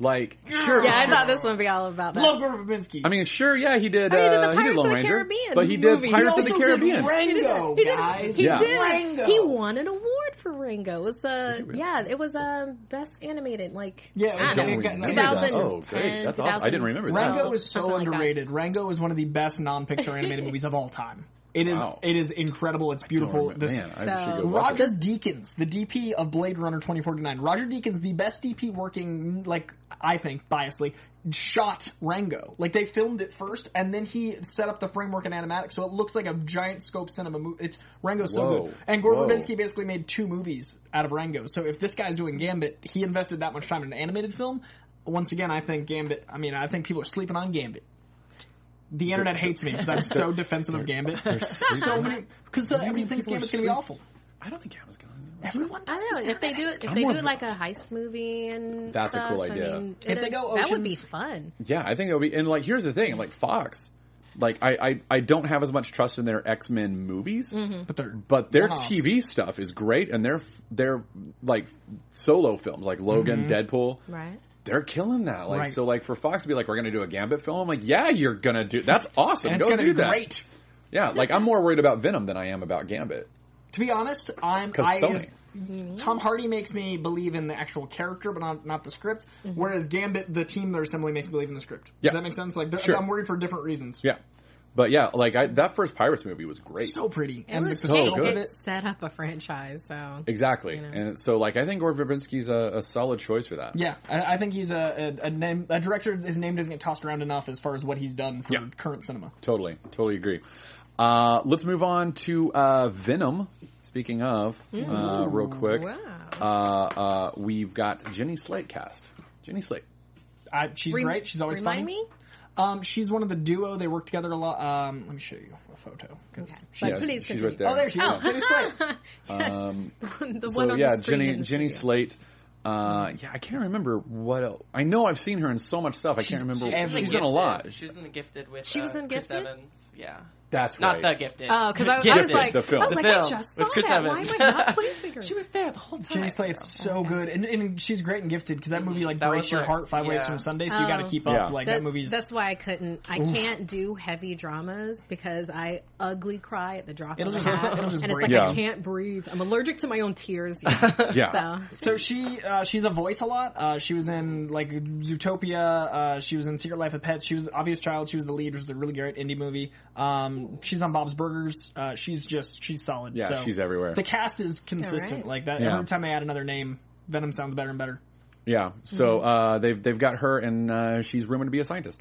Speaker 2: Like sure.
Speaker 6: Yeah, I thought this one would be all about that.
Speaker 4: Love Gore Verbinski.
Speaker 2: I mean, sure, yeah, he did.
Speaker 6: I mean, Oh, he did the
Speaker 2: uh, he did
Speaker 6: Pirates
Speaker 2: Lone
Speaker 6: of the
Speaker 2: Ranger,
Speaker 6: Caribbean
Speaker 2: but he did
Speaker 6: movie.
Speaker 2: Pirates
Speaker 6: He
Speaker 2: of the Caribbean.
Speaker 4: Rango,
Speaker 6: He did-
Speaker 4: guys.
Speaker 6: He
Speaker 2: Yeah.
Speaker 6: did.
Speaker 4: Rango.
Speaker 6: He won an award for Rango. It was uh, yeah, it was um, best animated like
Speaker 4: Yeah,
Speaker 6: I
Speaker 4: it
Speaker 6: don't
Speaker 4: got-
Speaker 6: know,
Speaker 4: it
Speaker 6: 2010.
Speaker 4: got-
Speaker 2: Oh, great. That's awesome. I didn't remember that.
Speaker 4: Rango
Speaker 2: Wow.
Speaker 4: is so
Speaker 6: something like that.
Speaker 4: underrated. Rango is one of the best non-picture animated movies of all time. It is
Speaker 2: Wow.
Speaker 4: it is incredible. It's
Speaker 2: Don't
Speaker 4: beautiful.
Speaker 2: remember-
Speaker 4: This
Speaker 2: Man, I should
Speaker 6: So-
Speaker 2: go watch it.
Speaker 4: Roger Deakins, the DP of Blade Runner 2049. Roger Deakins, the best DP working, like, I think, biasly, shot Rango. Like, they filmed it first, and then he set up the framework and animatics, so it looks like a giant scope cinema movie. It's, Rango's so
Speaker 2: Whoa.
Speaker 4: good. And Gore
Speaker 2: Whoa.
Speaker 4: Verbinski basically made two movies out of Rango, so if this guy's doing Gambit, he invested that much time in an animated film. Once again, I think Gambit, I mean, I think people are sleeping on Gambit. The internet hates me because I'm so defensive of Gambit. So many, because everybody thinks
Speaker 2: people are
Speaker 4: Gambit's going to be
Speaker 2: sleep-
Speaker 4: awful.
Speaker 2: I don't think Gambit's going.
Speaker 4: Everyone
Speaker 6: I
Speaker 4: does.
Speaker 6: don't know if they do it. If they do it like a heist movie and
Speaker 2: That's a
Speaker 6: stuff,
Speaker 2: cool
Speaker 6: I
Speaker 2: idea.
Speaker 6: mean,
Speaker 4: If they
Speaker 6: it-
Speaker 4: go
Speaker 6: that would be
Speaker 4: Ocean's-
Speaker 6: fun.
Speaker 2: Yeah, I think it'll be. And like, here's the thing: like Fox, like I, I, I don't have as much trust in their X Men movies,
Speaker 6: Mm-hmm.
Speaker 4: But they're
Speaker 2: but their
Speaker 4: one-offs.
Speaker 2: TV stuff is great, and their their like solo films like Logan, Deadpool,
Speaker 6: Mm-hmm. Right.
Speaker 2: they're killing that. Like,
Speaker 4: Right.
Speaker 2: so like for Fox to be like, we're gonna do a Gambit film, I'm like, yeah, you're gonna do. That's awesome.
Speaker 4: and it's
Speaker 2: go
Speaker 4: gonna
Speaker 2: do
Speaker 4: be
Speaker 2: that.
Speaker 4: great.
Speaker 2: Yeah, like I'm more worried about Venom than I am about Gambit.
Speaker 4: To be honest, I'm
Speaker 2: 'Cause
Speaker 4: I
Speaker 2: Sony.
Speaker 4: Tom Hardy makes me believe in the actual character, but not not the script. Whereas Gambit, the team they're assembling, makes me believe in the script. Does
Speaker 2: Yeah.
Speaker 4: that make sense? Like they're-
Speaker 2: Sure.
Speaker 4: I'm worried for different reasons.
Speaker 2: Yeah, but yeah, like I, that first Pirates movie was great.
Speaker 4: So pretty.
Speaker 6: It was
Speaker 4: the
Speaker 2: so
Speaker 6: it,
Speaker 4: scope of
Speaker 2: good.
Speaker 6: it set up a franchise, so
Speaker 2: Exactly, and so like I think Gore Verbinski's a, a solid choice for that.
Speaker 4: Yeah, I, I think he's a, a, a name a director. His name doesn't get tossed around enough as far as what he's done for
Speaker 2: Yeah.
Speaker 4: current cinema.
Speaker 2: Totally, totally agree. Uh, let's move on to uh, Venom. Speaking of, uh, real quick,
Speaker 6: wow.
Speaker 2: uh, uh, we've got Jenny Slate cast. Jenny Slate.
Speaker 4: I, she's
Speaker 6: Rem-
Speaker 4: great. She's always
Speaker 6: remind
Speaker 4: funny.
Speaker 6: me.
Speaker 4: Um, she's one of the duo. They work together a lot. Um, let me show you a photo. 'cause she-
Speaker 6: But
Speaker 2: Yeah,
Speaker 6: please
Speaker 2: she's
Speaker 6: continue.
Speaker 2: right there. Um,
Speaker 4: Oh, there she is. Jenny Slate.
Speaker 6: yes. the
Speaker 2: So
Speaker 6: one on
Speaker 2: yeah,
Speaker 6: the screen
Speaker 2: Jenny
Speaker 6: in the
Speaker 2: Jenny
Speaker 6: studio.
Speaker 2: Slate. Uh, yeah, I can't remember what else. I know I've seen her in so much stuff. I can't remember.
Speaker 4: she's
Speaker 2: She's,
Speaker 4: everywhere.
Speaker 2: in a lot.
Speaker 5: She was in the Gifted with.
Speaker 6: She was
Speaker 5: uh,
Speaker 6: in
Speaker 5: Chris
Speaker 6: Gifted?
Speaker 5: Evans. Yeah,
Speaker 2: That's
Speaker 5: not
Speaker 2: right.
Speaker 5: the Gifted.
Speaker 6: Oh, because I, I was
Speaker 5: Gifted.
Speaker 6: like,
Speaker 2: The film.
Speaker 6: I was
Speaker 5: The
Speaker 6: like,
Speaker 5: film
Speaker 6: I just saw
Speaker 5: with Chris
Speaker 6: that.
Speaker 5: Evans.
Speaker 6: Why am I not pleasing her?
Speaker 5: she was there the whole time.
Speaker 4: Jenny Slate's so good, and, and she's great and gifted because that movie like
Speaker 5: That
Speaker 4: breaks
Speaker 5: was
Speaker 4: your
Speaker 5: like-
Speaker 4: heart five ways
Speaker 5: yeah.
Speaker 4: from Sunday, so you got to
Speaker 6: Oh.
Speaker 4: keep
Speaker 2: Yeah.
Speaker 4: up. Like that,
Speaker 6: That-
Speaker 4: movie's
Speaker 6: That's why I couldn't. I can't do heavy dramas because I ugly cry at the drop
Speaker 4: It'll
Speaker 6: of a
Speaker 4: just-
Speaker 6: hat,
Speaker 4: it'll
Speaker 6: and
Speaker 4: just
Speaker 6: it's like
Speaker 4: break.
Speaker 2: Yeah.
Speaker 6: I can't breathe. I'm allergic to my own tears. yeah.
Speaker 2: yeah.
Speaker 6: So
Speaker 4: So she uh, she's a voice a lot. Uh, she was in like Zootopia. Uh, she was in Secret Life of Pets. She was Obvious Child. She was the lead, which was a really great indie movie. Um, she's on Bob's Burgers. Uh, she's just she's solid.
Speaker 2: Yeah,
Speaker 4: So
Speaker 2: she's everywhere.
Speaker 4: The cast is consistent.
Speaker 6: Alright.
Speaker 4: Like that.
Speaker 2: Yeah.
Speaker 4: Every time they add another name, Venom sounds better and better.
Speaker 2: Yeah. So
Speaker 6: Mm-hmm.
Speaker 2: uh, they've they've got her, and uh, she's rumored to be a scientist.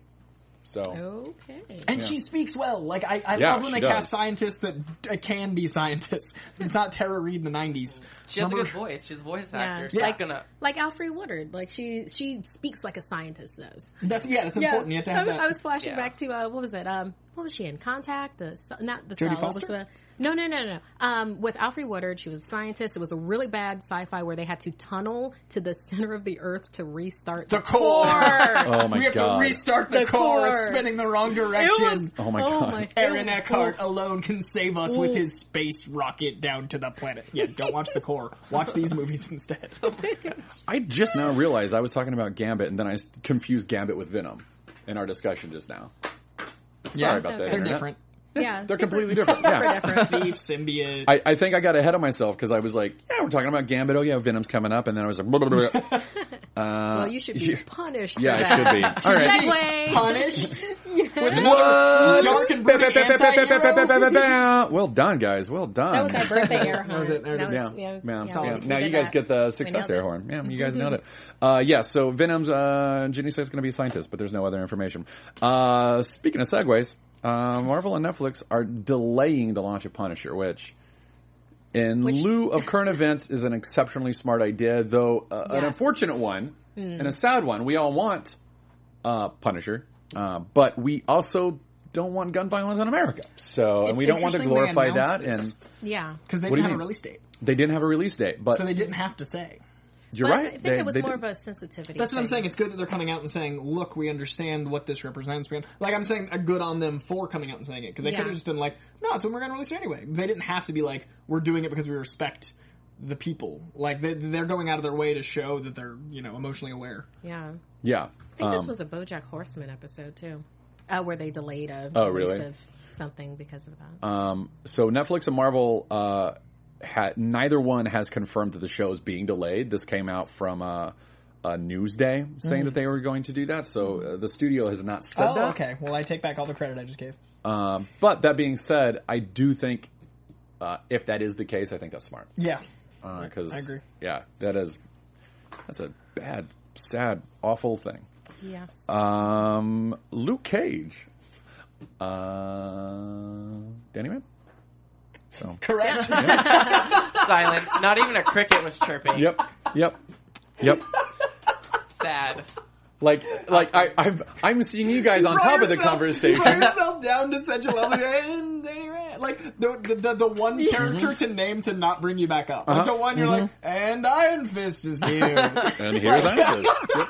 Speaker 2: So
Speaker 6: Oh. okay.
Speaker 4: And she speaks well. Like I, I
Speaker 2: Yeah,
Speaker 4: love
Speaker 2: she
Speaker 4: when they
Speaker 2: does.
Speaker 4: cast scientists that uh, can be scientists. It's not Tara Reid in the nineties.
Speaker 5: She has a
Speaker 4: Remember-
Speaker 5: good voice. She's a voice
Speaker 6: Yeah.
Speaker 5: actor. She's
Speaker 4: Yeah.
Speaker 5: not gonna.
Speaker 6: Like Alfred Woodard, like she she speaks like a scientist knows.
Speaker 4: That's yeah. That's important. You have to
Speaker 6: I,
Speaker 4: have
Speaker 6: was-
Speaker 4: that.
Speaker 6: I was flashing
Speaker 5: Yeah.
Speaker 6: back to uh, what was it? Um, what was she in? Contact? The ce- not the
Speaker 4: Jodie
Speaker 6: cell. What was
Speaker 4: Foster?
Speaker 6: the no no no no. Um, with Alfred Woodard, she was a scientist. It was a really bad sci-fi where they had to tunnel to the center of the Earth to restart
Speaker 4: The core.
Speaker 2: Oh my
Speaker 4: we have
Speaker 2: god.
Speaker 4: to restart the,
Speaker 6: The
Speaker 4: core. of
Speaker 6: core.
Speaker 4: spinning the wrong
Speaker 6: It
Speaker 4: direction.
Speaker 6: was,
Speaker 2: Oh my God.
Speaker 6: it
Speaker 4: Aaron
Speaker 6: was-
Speaker 4: Eckhart alone can save us with his space rocket down to the planet. Yeah, don't watch the core. Watch these movies instead.
Speaker 2: I just now realized I was talking about Gambit, and then I s- confused Gambit with Venom in our discussion just now. Sorry
Speaker 4: Yeah,
Speaker 2: about that.
Speaker 6: okay.
Speaker 4: They're
Speaker 2: Internet.
Speaker 4: different.
Speaker 6: Yeah,
Speaker 2: They're completely different. Yeah.
Speaker 4: Thief, symbiote.
Speaker 2: I, I think I got ahead of myself because I was like, "Yeah, we're talking about Gambit. Oh yeah, Venom's coming up," and then I was like, blah, blah, blah. Uh,
Speaker 6: well, you should be
Speaker 2: yeah.
Speaker 6: punished.
Speaker 2: "Yeah,
Speaker 6: for
Speaker 2: it should be."
Speaker 6: that.
Speaker 2: All right.
Speaker 6: Segway.
Speaker 4: Punished with
Speaker 2: What?
Speaker 4: dark and brooding anti-hero.
Speaker 2: Well done, guys. Well done.
Speaker 6: That was our birthday air
Speaker 4: was it. There it is.
Speaker 2: Yeah.
Speaker 6: Yeah,
Speaker 2: Yeah.
Speaker 6: yeah,
Speaker 2: Yeah.
Speaker 6: we
Speaker 2: Now
Speaker 6: did
Speaker 2: you guys
Speaker 6: that.
Speaker 2: get the
Speaker 6: nailed
Speaker 2: success
Speaker 6: it.
Speaker 2: air horn. Yeah, you guys nailed it. Uh, yeah, so Venom's, uh, Ginny Slate's gonna be a scientist, but there's no other information. Uh, speaking of segues, uh, Marvel and Netflix are delaying the launch of Punisher, which, in lieu of current events, is an exceptionally smart idea, though uh, an
Speaker 6: Yes.
Speaker 2: unfortunate one and a sad one. We all want, uh, Punisher, uh, but we also don't want gun violence in America. So, and
Speaker 4: It's
Speaker 2: we don't want to
Speaker 4: interesting they
Speaker 2: glorify
Speaker 4: announced
Speaker 2: that.
Speaker 4: this.
Speaker 2: And
Speaker 6: Yeah.
Speaker 4: because they
Speaker 2: What do you
Speaker 4: didn't have a
Speaker 2: mean?
Speaker 4: release date,
Speaker 2: they didn't have a release date, but
Speaker 4: so they didn't have to say.
Speaker 2: you're
Speaker 6: But
Speaker 2: right.
Speaker 6: I think
Speaker 2: They-
Speaker 6: it was
Speaker 2: they
Speaker 6: more
Speaker 2: did-
Speaker 6: of a sensitivity.
Speaker 4: That's what I'm
Speaker 6: thing.
Speaker 4: saying. It's good that they're coming out and saying, "Look, we understand what this represents." We un-" like I'm saying, uh, good on them for coming out and saying it because they
Speaker 6: Yeah.
Speaker 4: could have just been like, "No, it's when we're going to release it anyway." They didn't have to be like, "We're doing it because we respect the people." Like they, they're going out of their way to show that they're you know emotionally aware.
Speaker 6: Yeah.
Speaker 2: Yeah.
Speaker 6: I think
Speaker 2: Um,
Speaker 6: this was a BoJack Horseman episode too, uh, where they delayed a
Speaker 2: Oh,
Speaker 6: release
Speaker 2: really?
Speaker 6: of something because of that.
Speaker 2: um, so Netflix and Marvel, uh, had, neither one has confirmed that the show is being delayed. This came out from, uh, uh, Newsday saying
Speaker 4: Mm.
Speaker 2: that they were going to do that. So uh, the studio has not said that.
Speaker 4: Oh, okay. Well, I take back all the credit I just gave.
Speaker 2: Um, but that being said, I do think, uh, if that is the case, I think that's smart.
Speaker 4: Yeah,
Speaker 2: Because,
Speaker 4: I agree.
Speaker 2: yeah, that is, that's a bad, sad, awful thing.
Speaker 6: Yes.
Speaker 2: uh, Um, Luke Cage. Uh, Danny Man? So.
Speaker 4: correct.
Speaker 5: Silent. Not even a cricket was chirping.
Speaker 2: Yep. Yep. Yep.
Speaker 5: Sad.
Speaker 2: Like, like I, I'm, I'm seeing you guys on top of the
Speaker 4: Put
Speaker 2: conversation.
Speaker 4: yourself down to such a level, and Danny Rand. like the the, the, the one character to name to not bring you back up. Like
Speaker 2: Uh-huh.
Speaker 4: the one you're like, and Iron Fist is here.
Speaker 2: and here's Iron Fist. Yep.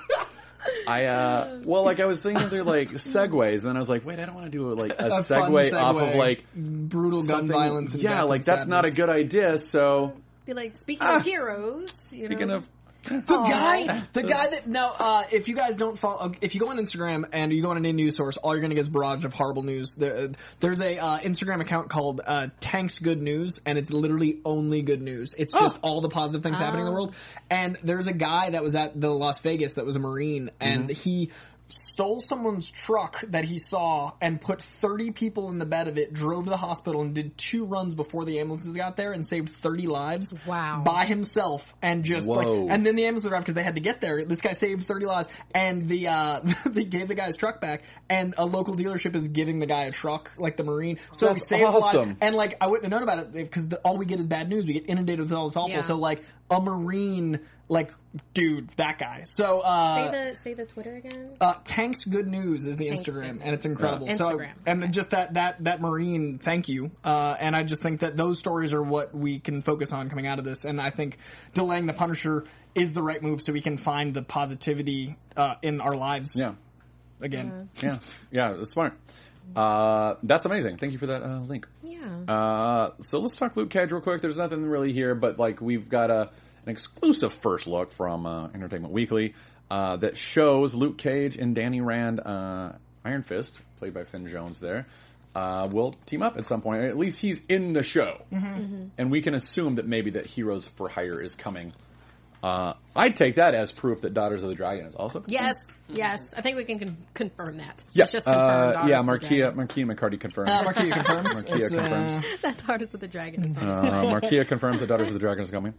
Speaker 2: I, uh, well, like I was thinking they're like segues, and then I was like, wait, I don't want to do like a,
Speaker 4: A fun
Speaker 2: segue, off of
Speaker 4: segue.
Speaker 2: like
Speaker 4: brutal gun
Speaker 2: something-
Speaker 4: violence. And
Speaker 2: Yeah,
Speaker 4: death
Speaker 2: like
Speaker 4: and
Speaker 2: that's not a
Speaker 4: sadness.
Speaker 2: good idea. So
Speaker 6: Be like speaking
Speaker 2: Ah.
Speaker 6: of heroes. You
Speaker 2: speaking
Speaker 6: know,
Speaker 2: of,
Speaker 4: The guy, the guy that now, uh, if you guys don't follow, if you go on Instagram and you go on any news source, all you're gonna get is barrage of horrible news. There, uh, there's a uh, Instagram account called uh, Tanks Good News, and it's literally only good news. It's just all the positive things happening in the world. And there's a guy that was at the Las Vegas that was a Marine, and he stole someone's truck that he saw and put 30 people in the bed of it, drove to the hospital and did two runs before the ambulances got there and saved 30 lives.
Speaker 6: Wow.
Speaker 4: By himself and just
Speaker 2: Whoa.
Speaker 4: like, and then the ambulance arrived because they had to get there. This guy saved 30 lives and the, uh, they gave the guy his truck back and a local dealership is giving the guy a truck, like the Marine. So
Speaker 2: That's
Speaker 4: he saved
Speaker 2: awesome.
Speaker 4: lives. And like, I wouldn't have known about it because all we get is bad news. We get inundated with all this awful.
Speaker 6: Yeah.
Speaker 4: So like, a Marine, Like, dude, that guy. So, uh,
Speaker 6: say the say the Twitter again.
Speaker 4: uh, Tanks Good News is the
Speaker 6: Tanks Good
Speaker 4: Instagram,
Speaker 6: News.
Speaker 4: and it's incredible. So,
Speaker 6: Instagram,
Speaker 4: and just that that that Marine, thank you. Uh, and I just think that those stories are what we can focus on coming out of this. And I think delaying the Punisher is the right move, so we can find the positivity uh, in our lives
Speaker 2: Yeah.
Speaker 4: again.
Speaker 6: Mm-hmm.
Speaker 2: Yeah. Yeah. That's smart. Uh, that's amazing. Thank you for that uh, link.
Speaker 6: yeah.
Speaker 2: Uh, so let's talk Luke Cage real quick. There's nothing really here, but like we've got a an exclusive first look from uh, Entertainment Weekly uh, that shows Luke Cage and Danny Rand, uh, Iron Fist, played by Finn Jones. There uh, will team up at some point. At least he's in the show,
Speaker 4: Mm-hmm.
Speaker 6: Mm-hmm.
Speaker 2: and we can assume that maybe that Heroes for Hire is coming. Uh, I'd take that as proof that Daughters of the Dragon is also coming.
Speaker 6: Yes, yes. I think we can con- confirm that.
Speaker 2: Yeah,
Speaker 6: It's just confirmed.
Speaker 2: uh, yeah,
Speaker 6: Daughters of the
Speaker 2: Markia, Markia McCarty confirmed.
Speaker 4: Uh, Marquis confirms.
Speaker 2: Marquis
Speaker 4: It's, uh,
Speaker 2: confirms.
Speaker 6: Dragon. That's Daughters of the Dragon. is awesome.
Speaker 2: Uh, Markia confirms that Daughters of the Dragon is coming.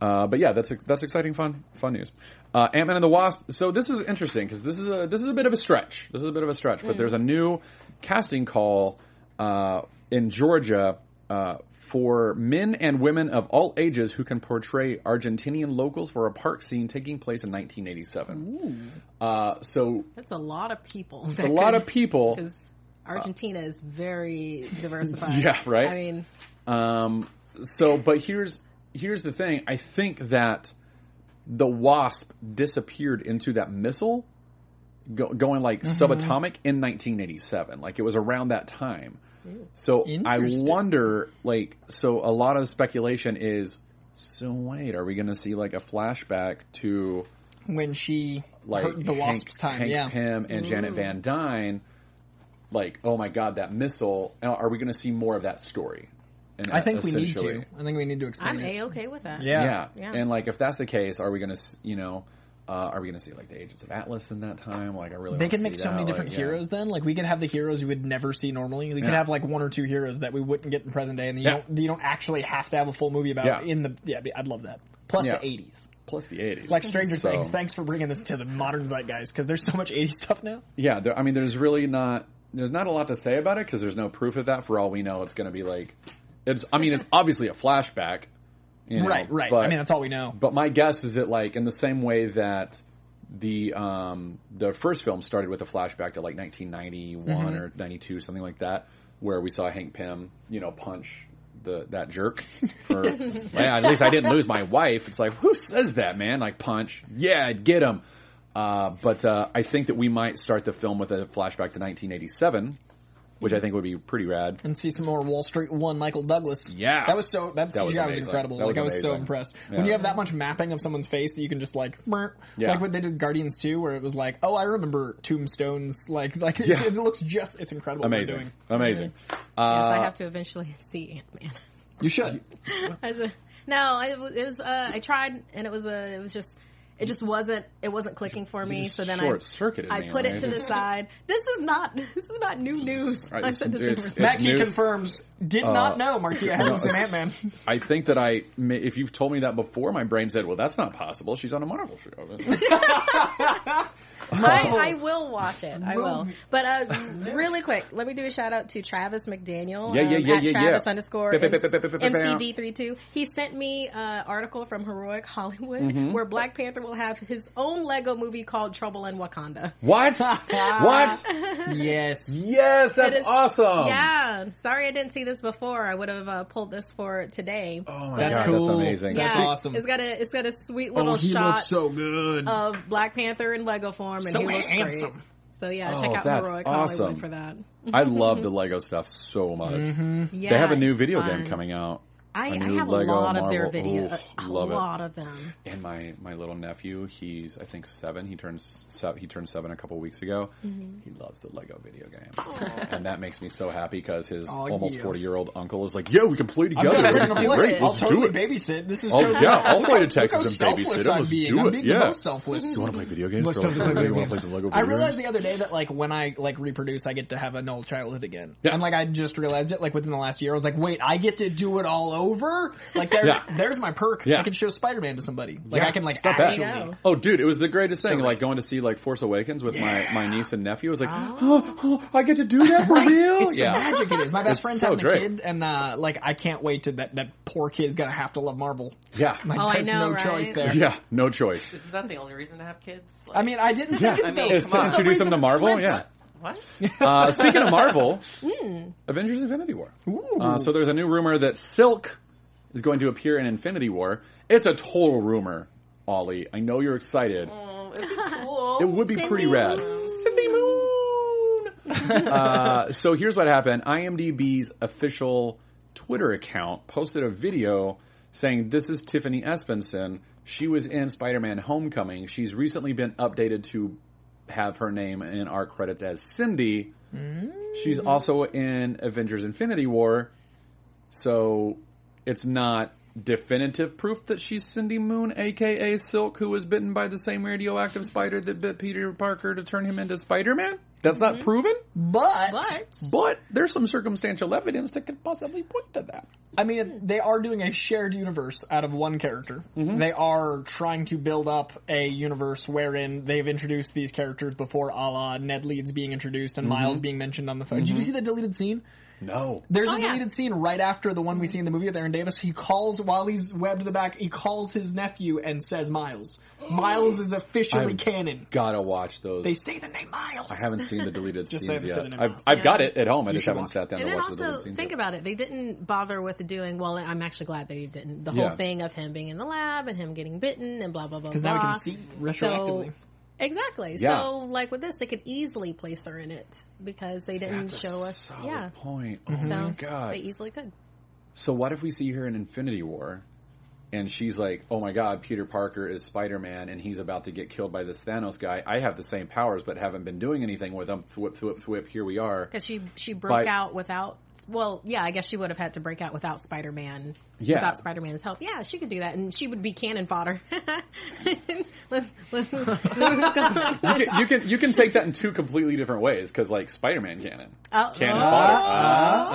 Speaker 2: Uh, but yeah, that's that's exciting, fun, fun news. Uh, Ant Man and the Wasp. So this is interesting because this is a this is a bit of a stretch. This is a bit of a stretch, but there's a new casting call uh, in Georgia uh, for men and women of all ages who can portray Argentinian locals for a park scene taking place in 1987. Uh, so
Speaker 6: That's a lot of people.
Speaker 2: it's a lot of people.
Speaker 6: Because Argentina is very diversified.
Speaker 2: Yeah, right?
Speaker 6: I mean,
Speaker 2: Um, so, but here's here's the thing. I think that the wasp disappeared into that missile, go, going like
Speaker 4: Mm-hmm.
Speaker 2: subatomic in 1987. Like it was around that time. So I
Speaker 4: Interesting.
Speaker 2: wonder, like, so a lot of speculation is. So wait, are we going to see like a flashback to
Speaker 4: when she
Speaker 2: like
Speaker 4: hurt the
Speaker 2: Hank-
Speaker 4: Wasp's time.
Speaker 2: Hank
Speaker 4: yeah, Mm.
Speaker 2: Pym and Janet Van Dyne? Like, oh my God, that missile! And Are we going to see more of that story? And uh,
Speaker 4: I think we need
Speaker 2: essentially-
Speaker 4: to. I think we need to explain.
Speaker 6: I'm
Speaker 4: it.
Speaker 6: a okay with that.
Speaker 4: Yeah.
Speaker 2: yeah.
Speaker 6: Yeah.
Speaker 2: And like, if that's the case, are we gonna, s- you know, uh, are we gonna see like the Agents of Atlas in that time? Like, I really
Speaker 4: They
Speaker 2: wanna
Speaker 4: could
Speaker 2: see
Speaker 4: make so
Speaker 2: that,
Speaker 4: many
Speaker 2: like,
Speaker 4: different
Speaker 2: yeah.
Speaker 4: heroes then. Like we could have the heroes you would never see normally. We could
Speaker 2: Yeah.
Speaker 4: have like one or two heroes that we wouldn't get in present day, and you
Speaker 2: Yeah.
Speaker 4: don't you don't actually have to have a full movie about
Speaker 2: Yeah.
Speaker 4: in the yeah. I'd love that. Plus
Speaker 2: Yeah.
Speaker 4: the '80s,
Speaker 2: plus the eighties,
Speaker 4: like Stranger
Speaker 2: So-
Speaker 4: Things. Thanks for bringing this to the modern zeitgeist because there's so much '80s stuff now.
Speaker 2: Yeah, there, I mean, there's really not there's not a lot to say about it because there's no proof of that. For all we know, it's gonna be like it's. I mean, it's obviously a flashback. you know,
Speaker 4: right, right.
Speaker 2: But,
Speaker 4: I mean, that's all we know.
Speaker 2: But my guess is that like in the same way that the um the first film started with a flashback to like 1991
Speaker 6: Mm-hmm.
Speaker 2: or 92 something like that where we saw Hank Pym, you know, punch the that jerk for yeah, at least I didn't lose my wife. It's like who says that, man? Like punch. Yeah, get him. Uh, but uh, I think that we might start the film with a flashback to 1987, which I
Speaker 6: Mm-hmm.
Speaker 2: think would be pretty rad.
Speaker 4: and see some more Wall Street One Michael Douglas.
Speaker 2: Yeah.
Speaker 4: that was so that,
Speaker 2: That was
Speaker 4: CGI was,
Speaker 2: amazing.
Speaker 4: incredible.
Speaker 2: That
Speaker 4: like
Speaker 2: was
Speaker 4: I was so
Speaker 2: amazing.
Speaker 4: impressed
Speaker 2: Yeah.
Speaker 4: when you have that much mapping of someone's face that you can just like, merp.
Speaker 2: Yeah.
Speaker 4: like what they did with Guardians Two, where it was like, oh, I remember tombstones. Like, like it-
Speaker 2: Yeah.
Speaker 4: it, looks just it's incredible. what they're
Speaker 2: Amazing,
Speaker 4: doing.
Speaker 2: amazing.
Speaker 6: Yes,
Speaker 2: Uh,
Speaker 6: I have to eventually see Ant Man.
Speaker 4: You should.
Speaker 6: I just- no, it was, it was uh, I tried, and it was a, it was just, it just wasn't, it wasn't clicking for me.
Speaker 2: just
Speaker 6: So then
Speaker 2: short-circuited
Speaker 6: I, I
Speaker 2: me,
Speaker 6: put
Speaker 2: right?
Speaker 6: it to the side. This is not, this is not new news.
Speaker 2: Right,
Speaker 6: I
Speaker 2: it's-
Speaker 6: said this
Speaker 2: it's-
Speaker 6: in
Speaker 2: it's- new.
Speaker 4: Mackie
Speaker 2: Uh,
Speaker 4: confirms did not know Marquia Adams and
Speaker 2: it's-
Speaker 4: Ant Man.
Speaker 2: I think that I, ma- if you've told me that before, my brain said, "Well, that's not possible. She's on a Marvel show."
Speaker 6: I, I will watch it. I will. But uh, really quick, let me do a shout out to Travis McDaniel.
Speaker 2: Yeah, yeah,
Speaker 6: um,
Speaker 2: yeah,
Speaker 6: at
Speaker 2: yeah, yeah.
Speaker 6: Travis underscore
Speaker 2: Ba- ba- ba- ba- ba- ba- ba-
Speaker 6: MCD32. He sent me an article from Heroic Hollywood
Speaker 2: Mm-hmm.
Speaker 6: where Black Panther will have his own Lego movie called Trouble in Wakanda.
Speaker 2: what? what?
Speaker 4: yes.
Speaker 2: Yes, that's
Speaker 6: It is-
Speaker 4: Oh.
Speaker 2: awesome.
Speaker 6: Yeah. Sorry I didn't see this before. I would have uh, pulled this for today.
Speaker 2: Oh my
Speaker 4: That's
Speaker 2: god,
Speaker 4: cool.
Speaker 2: that's amazing.
Speaker 4: That's
Speaker 6: yeah.
Speaker 4: awesome.
Speaker 6: It's got a it's got a sweet
Speaker 4: Oh,
Speaker 6: little
Speaker 4: he
Speaker 6: shot
Speaker 4: looks so good.
Speaker 6: of Black Panther in Lego form and
Speaker 4: So
Speaker 6: he looks
Speaker 4: handsome.
Speaker 6: great. So yeah,
Speaker 2: Oh,
Speaker 6: check out
Speaker 2: that's
Speaker 6: Heroic
Speaker 2: awesome.
Speaker 6: Hollywood for that.
Speaker 2: I love the Lego stuff so much.
Speaker 4: Mm-hmm.
Speaker 6: Yeah,
Speaker 2: They have a new
Speaker 6: it's
Speaker 2: video
Speaker 6: fun.
Speaker 2: game coming out.
Speaker 6: I,
Speaker 2: A
Speaker 6: I
Speaker 2: new
Speaker 6: have
Speaker 2: Lego
Speaker 6: a lot of their
Speaker 2: Marvel.
Speaker 6: video,
Speaker 2: Oof,
Speaker 6: a, a
Speaker 2: love it.
Speaker 6: lot of them.
Speaker 2: And my my little nephew, he's I think seven. He turns se- he turned seven a couple weeks ago.
Speaker 6: Mm-hmm.
Speaker 4: Mm-hmm.
Speaker 2: He loves the Lego video games, and that makes me so happy because his
Speaker 4: Aw,
Speaker 2: almost
Speaker 4: yeah.
Speaker 2: forty year old uncle is like, "Yo, we can play
Speaker 4: I'm gonna-
Speaker 2: together.
Speaker 4: I'm
Speaker 2: This
Speaker 4: gonna
Speaker 2: is
Speaker 4: play
Speaker 2: great.
Speaker 4: it. I'll
Speaker 2: Let's do
Speaker 4: totally
Speaker 2: it."
Speaker 4: babysit. This is
Speaker 2: Oh,
Speaker 4: totally-
Speaker 2: yeah, I'll fly
Speaker 4: Look
Speaker 2: to
Speaker 4: how- look
Speaker 2: Texas
Speaker 4: how
Speaker 2: and babysit.
Speaker 4: selfless
Speaker 2: Let's
Speaker 4: I'm being.
Speaker 2: do
Speaker 4: I'm
Speaker 2: it.
Speaker 4: being
Speaker 2: Yeah.
Speaker 4: the most selfless.
Speaker 2: You want to play video games?
Speaker 4: Let's
Speaker 2: Throw
Speaker 4: go
Speaker 2: it
Speaker 4: play
Speaker 2: over.
Speaker 4: video
Speaker 2: You wanna
Speaker 4: games.
Speaker 2: play some Lego
Speaker 4: I
Speaker 2: video
Speaker 4: realized
Speaker 2: games?
Speaker 4: the other day that like when I like reproduce, I get to have a null childhood again.
Speaker 2: Yeah.
Speaker 4: And like I just realized it like within the last year, I was like, wait, I get to do it all over. Like there,
Speaker 2: Yeah.
Speaker 4: there's my perk.
Speaker 2: Yeah.
Speaker 4: I can show Spider Man to somebody. Like
Speaker 2: Yeah.
Speaker 4: I can like
Speaker 2: Stop that.
Speaker 4: actually.
Speaker 6: Go.
Speaker 2: Oh, dude, it was the greatest thing. Like going to see like Force Awakens with my, my niece and nephew. I was like, oh, oh, I get to do that for real.
Speaker 4: Ah. It's
Speaker 2: Oh, yeah,
Speaker 4: the magic it is. My best
Speaker 2: It's
Speaker 4: friend's
Speaker 2: so
Speaker 4: having
Speaker 2: great.
Speaker 4: a kid, and uh, like I can't wait to that. That poor kid's gonna have to love Marvel.
Speaker 2: yeah,
Speaker 4: Like,
Speaker 6: Oh, I
Speaker 4: there's
Speaker 6: know,
Speaker 4: no
Speaker 6: right?
Speaker 4: choice there.
Speaker 2: yeah. No choice.
Speaker 5: Isn't that the only reason to have kids? Like,
Speaker 4: I mean, I didn't
Speaker 2: Yeah,
Speaker 4: think it though.
Speaker 2: it's
Speaker 5: come
Speaker 2: to
Speaker 5: on.
Speaker 2: introduce them to Marvel. Yeah.
Speaker 5: what?
Speaker 2: Uh, speaking of Marvel,
Speaker 4: Hmm.
Speaker 2: Avengers: Infinity War. Uh, so there's a new rumor that Silk is going to appear in Infinity War. It's a total rumor, Ollie. I know you're excited.
Speaker 4: Hmm.
Speaker 5: Oh, it'd be cool.
Speaker 2: It would be pretty rad. Cindy Moon. uh, so here's what happened. IMDb's official Twitter account posted a video saying, "This is Tiffany Espenson. She was in Spider-Man: Homecoming. She's recently been updated to have her name in our credits as Cindy. She's also in Avengers: Infinity War. So it's not." Definitive proof that she's Cindy Moon, aka Silk, who was bitten by the same radioactive spider that bit Peter Parker to turn him into Spider Man? That's
Speaker 6: Mm-hmm.
Speaker 2: not proven?
Speaker 4: But,
Speaker 6: But
Speaker 2: But there's some circumstantial evidence that could possibly point to that.
Speaker 4: I
Speaker 6: Hmm.
Speaker 4: mean, they are doing a shared universe out of one character.
Speaker 2: Mm-hmm.
Speaker 4: They are trying to build up a universe wherein they've introduced these characters before, a la Ned Leeds being introduced and Miles
Speaker 2: Mm-hmm.
Speaker 4: being mentioned on the phone. Did you see the deleted scene?
Speaker 2: No.
Speaker 4: There's
Speaker 6: Oh,
Speaker 4: a
Speaker 6: yeah.
Speaker 4: deleted scene right after the one we see in the movie with Aaron Davis. He calls while he's webbed to the back. He calls his nephew and says Miles. Miles is officially
Speaker 2: I've-
Speaker 4: canon.
Speaker 2: Gotta watch those.
Speaker 4: They say the name Miles.
Speaker 2: I haven't seen the deleted scenes
Speaker 4: they haven't
Speaker 2: yet.
Speaker 4: said it in a
Speaker 2: I've,
Speaker 4: while.
Speaker 2: I've got it at home. I just
Speaker 4: should
Speaker 2: haven't
Speaker 4: watch
Speaker 2: sat down
Speaker 6: and
Speaker 2: to
Speaker 6: then
Speaker 2: watch the deleted
Speaker 6: also
Speaker 2: scenes.
Speaker 6: think
Speaker 2: yet.
Speaker 6: about it. They didn't bother with doing well. I'm actually glad they didn't. The whole
Speaker 2: Yeah.
Speaker 6: thing of him being in the lab and him getting bitten and blah blah blah.
Speaker 4: because now we
Speaker 6: blah.
Speaker 4: can see retroactively.
Speaker 6: Ah, So, exactly.
Speaker 2: Yeah.
Speaker 6: So, like with this, they could easily place her in it because they didn't
Speaker 2: That's a
Speaker 6: show us.
Speaker 2: solid
Speaker 6: yeah.
Speaker 2: point. Oh
Speaker 6: So
Speaker 2: my god.
Speaker 6: they easily could.
Speaker 2: So what if we see her in Infinity War, and she's like, "Oh my God, Peter Parker is Spider Man, and he's about to get killed by this Thanos guy. I have the same powers, but haven't been doing anything with them. Thwip, thwip, thwip. Here we are.
Speaker 6: Because she she broke
Speaker 2: By-
Speaker 6: out without. Well, yeah, I guess she would have had to break out without Spider Man.
Speaker 2: Yeah.
Speaker 6: Without Spider Man's help, yeah, she could do that, and she would be cannon fodder. Let's- let's- let's-
Speaker 2: You can, you can you can take that in two completely different ways because like Spider Man cannon,
Speaker 6: Oh,
Speaker 2: cannon
Speaker 6: oh.
Speaker 2: fodder.
Speaker 4: Uh-huh.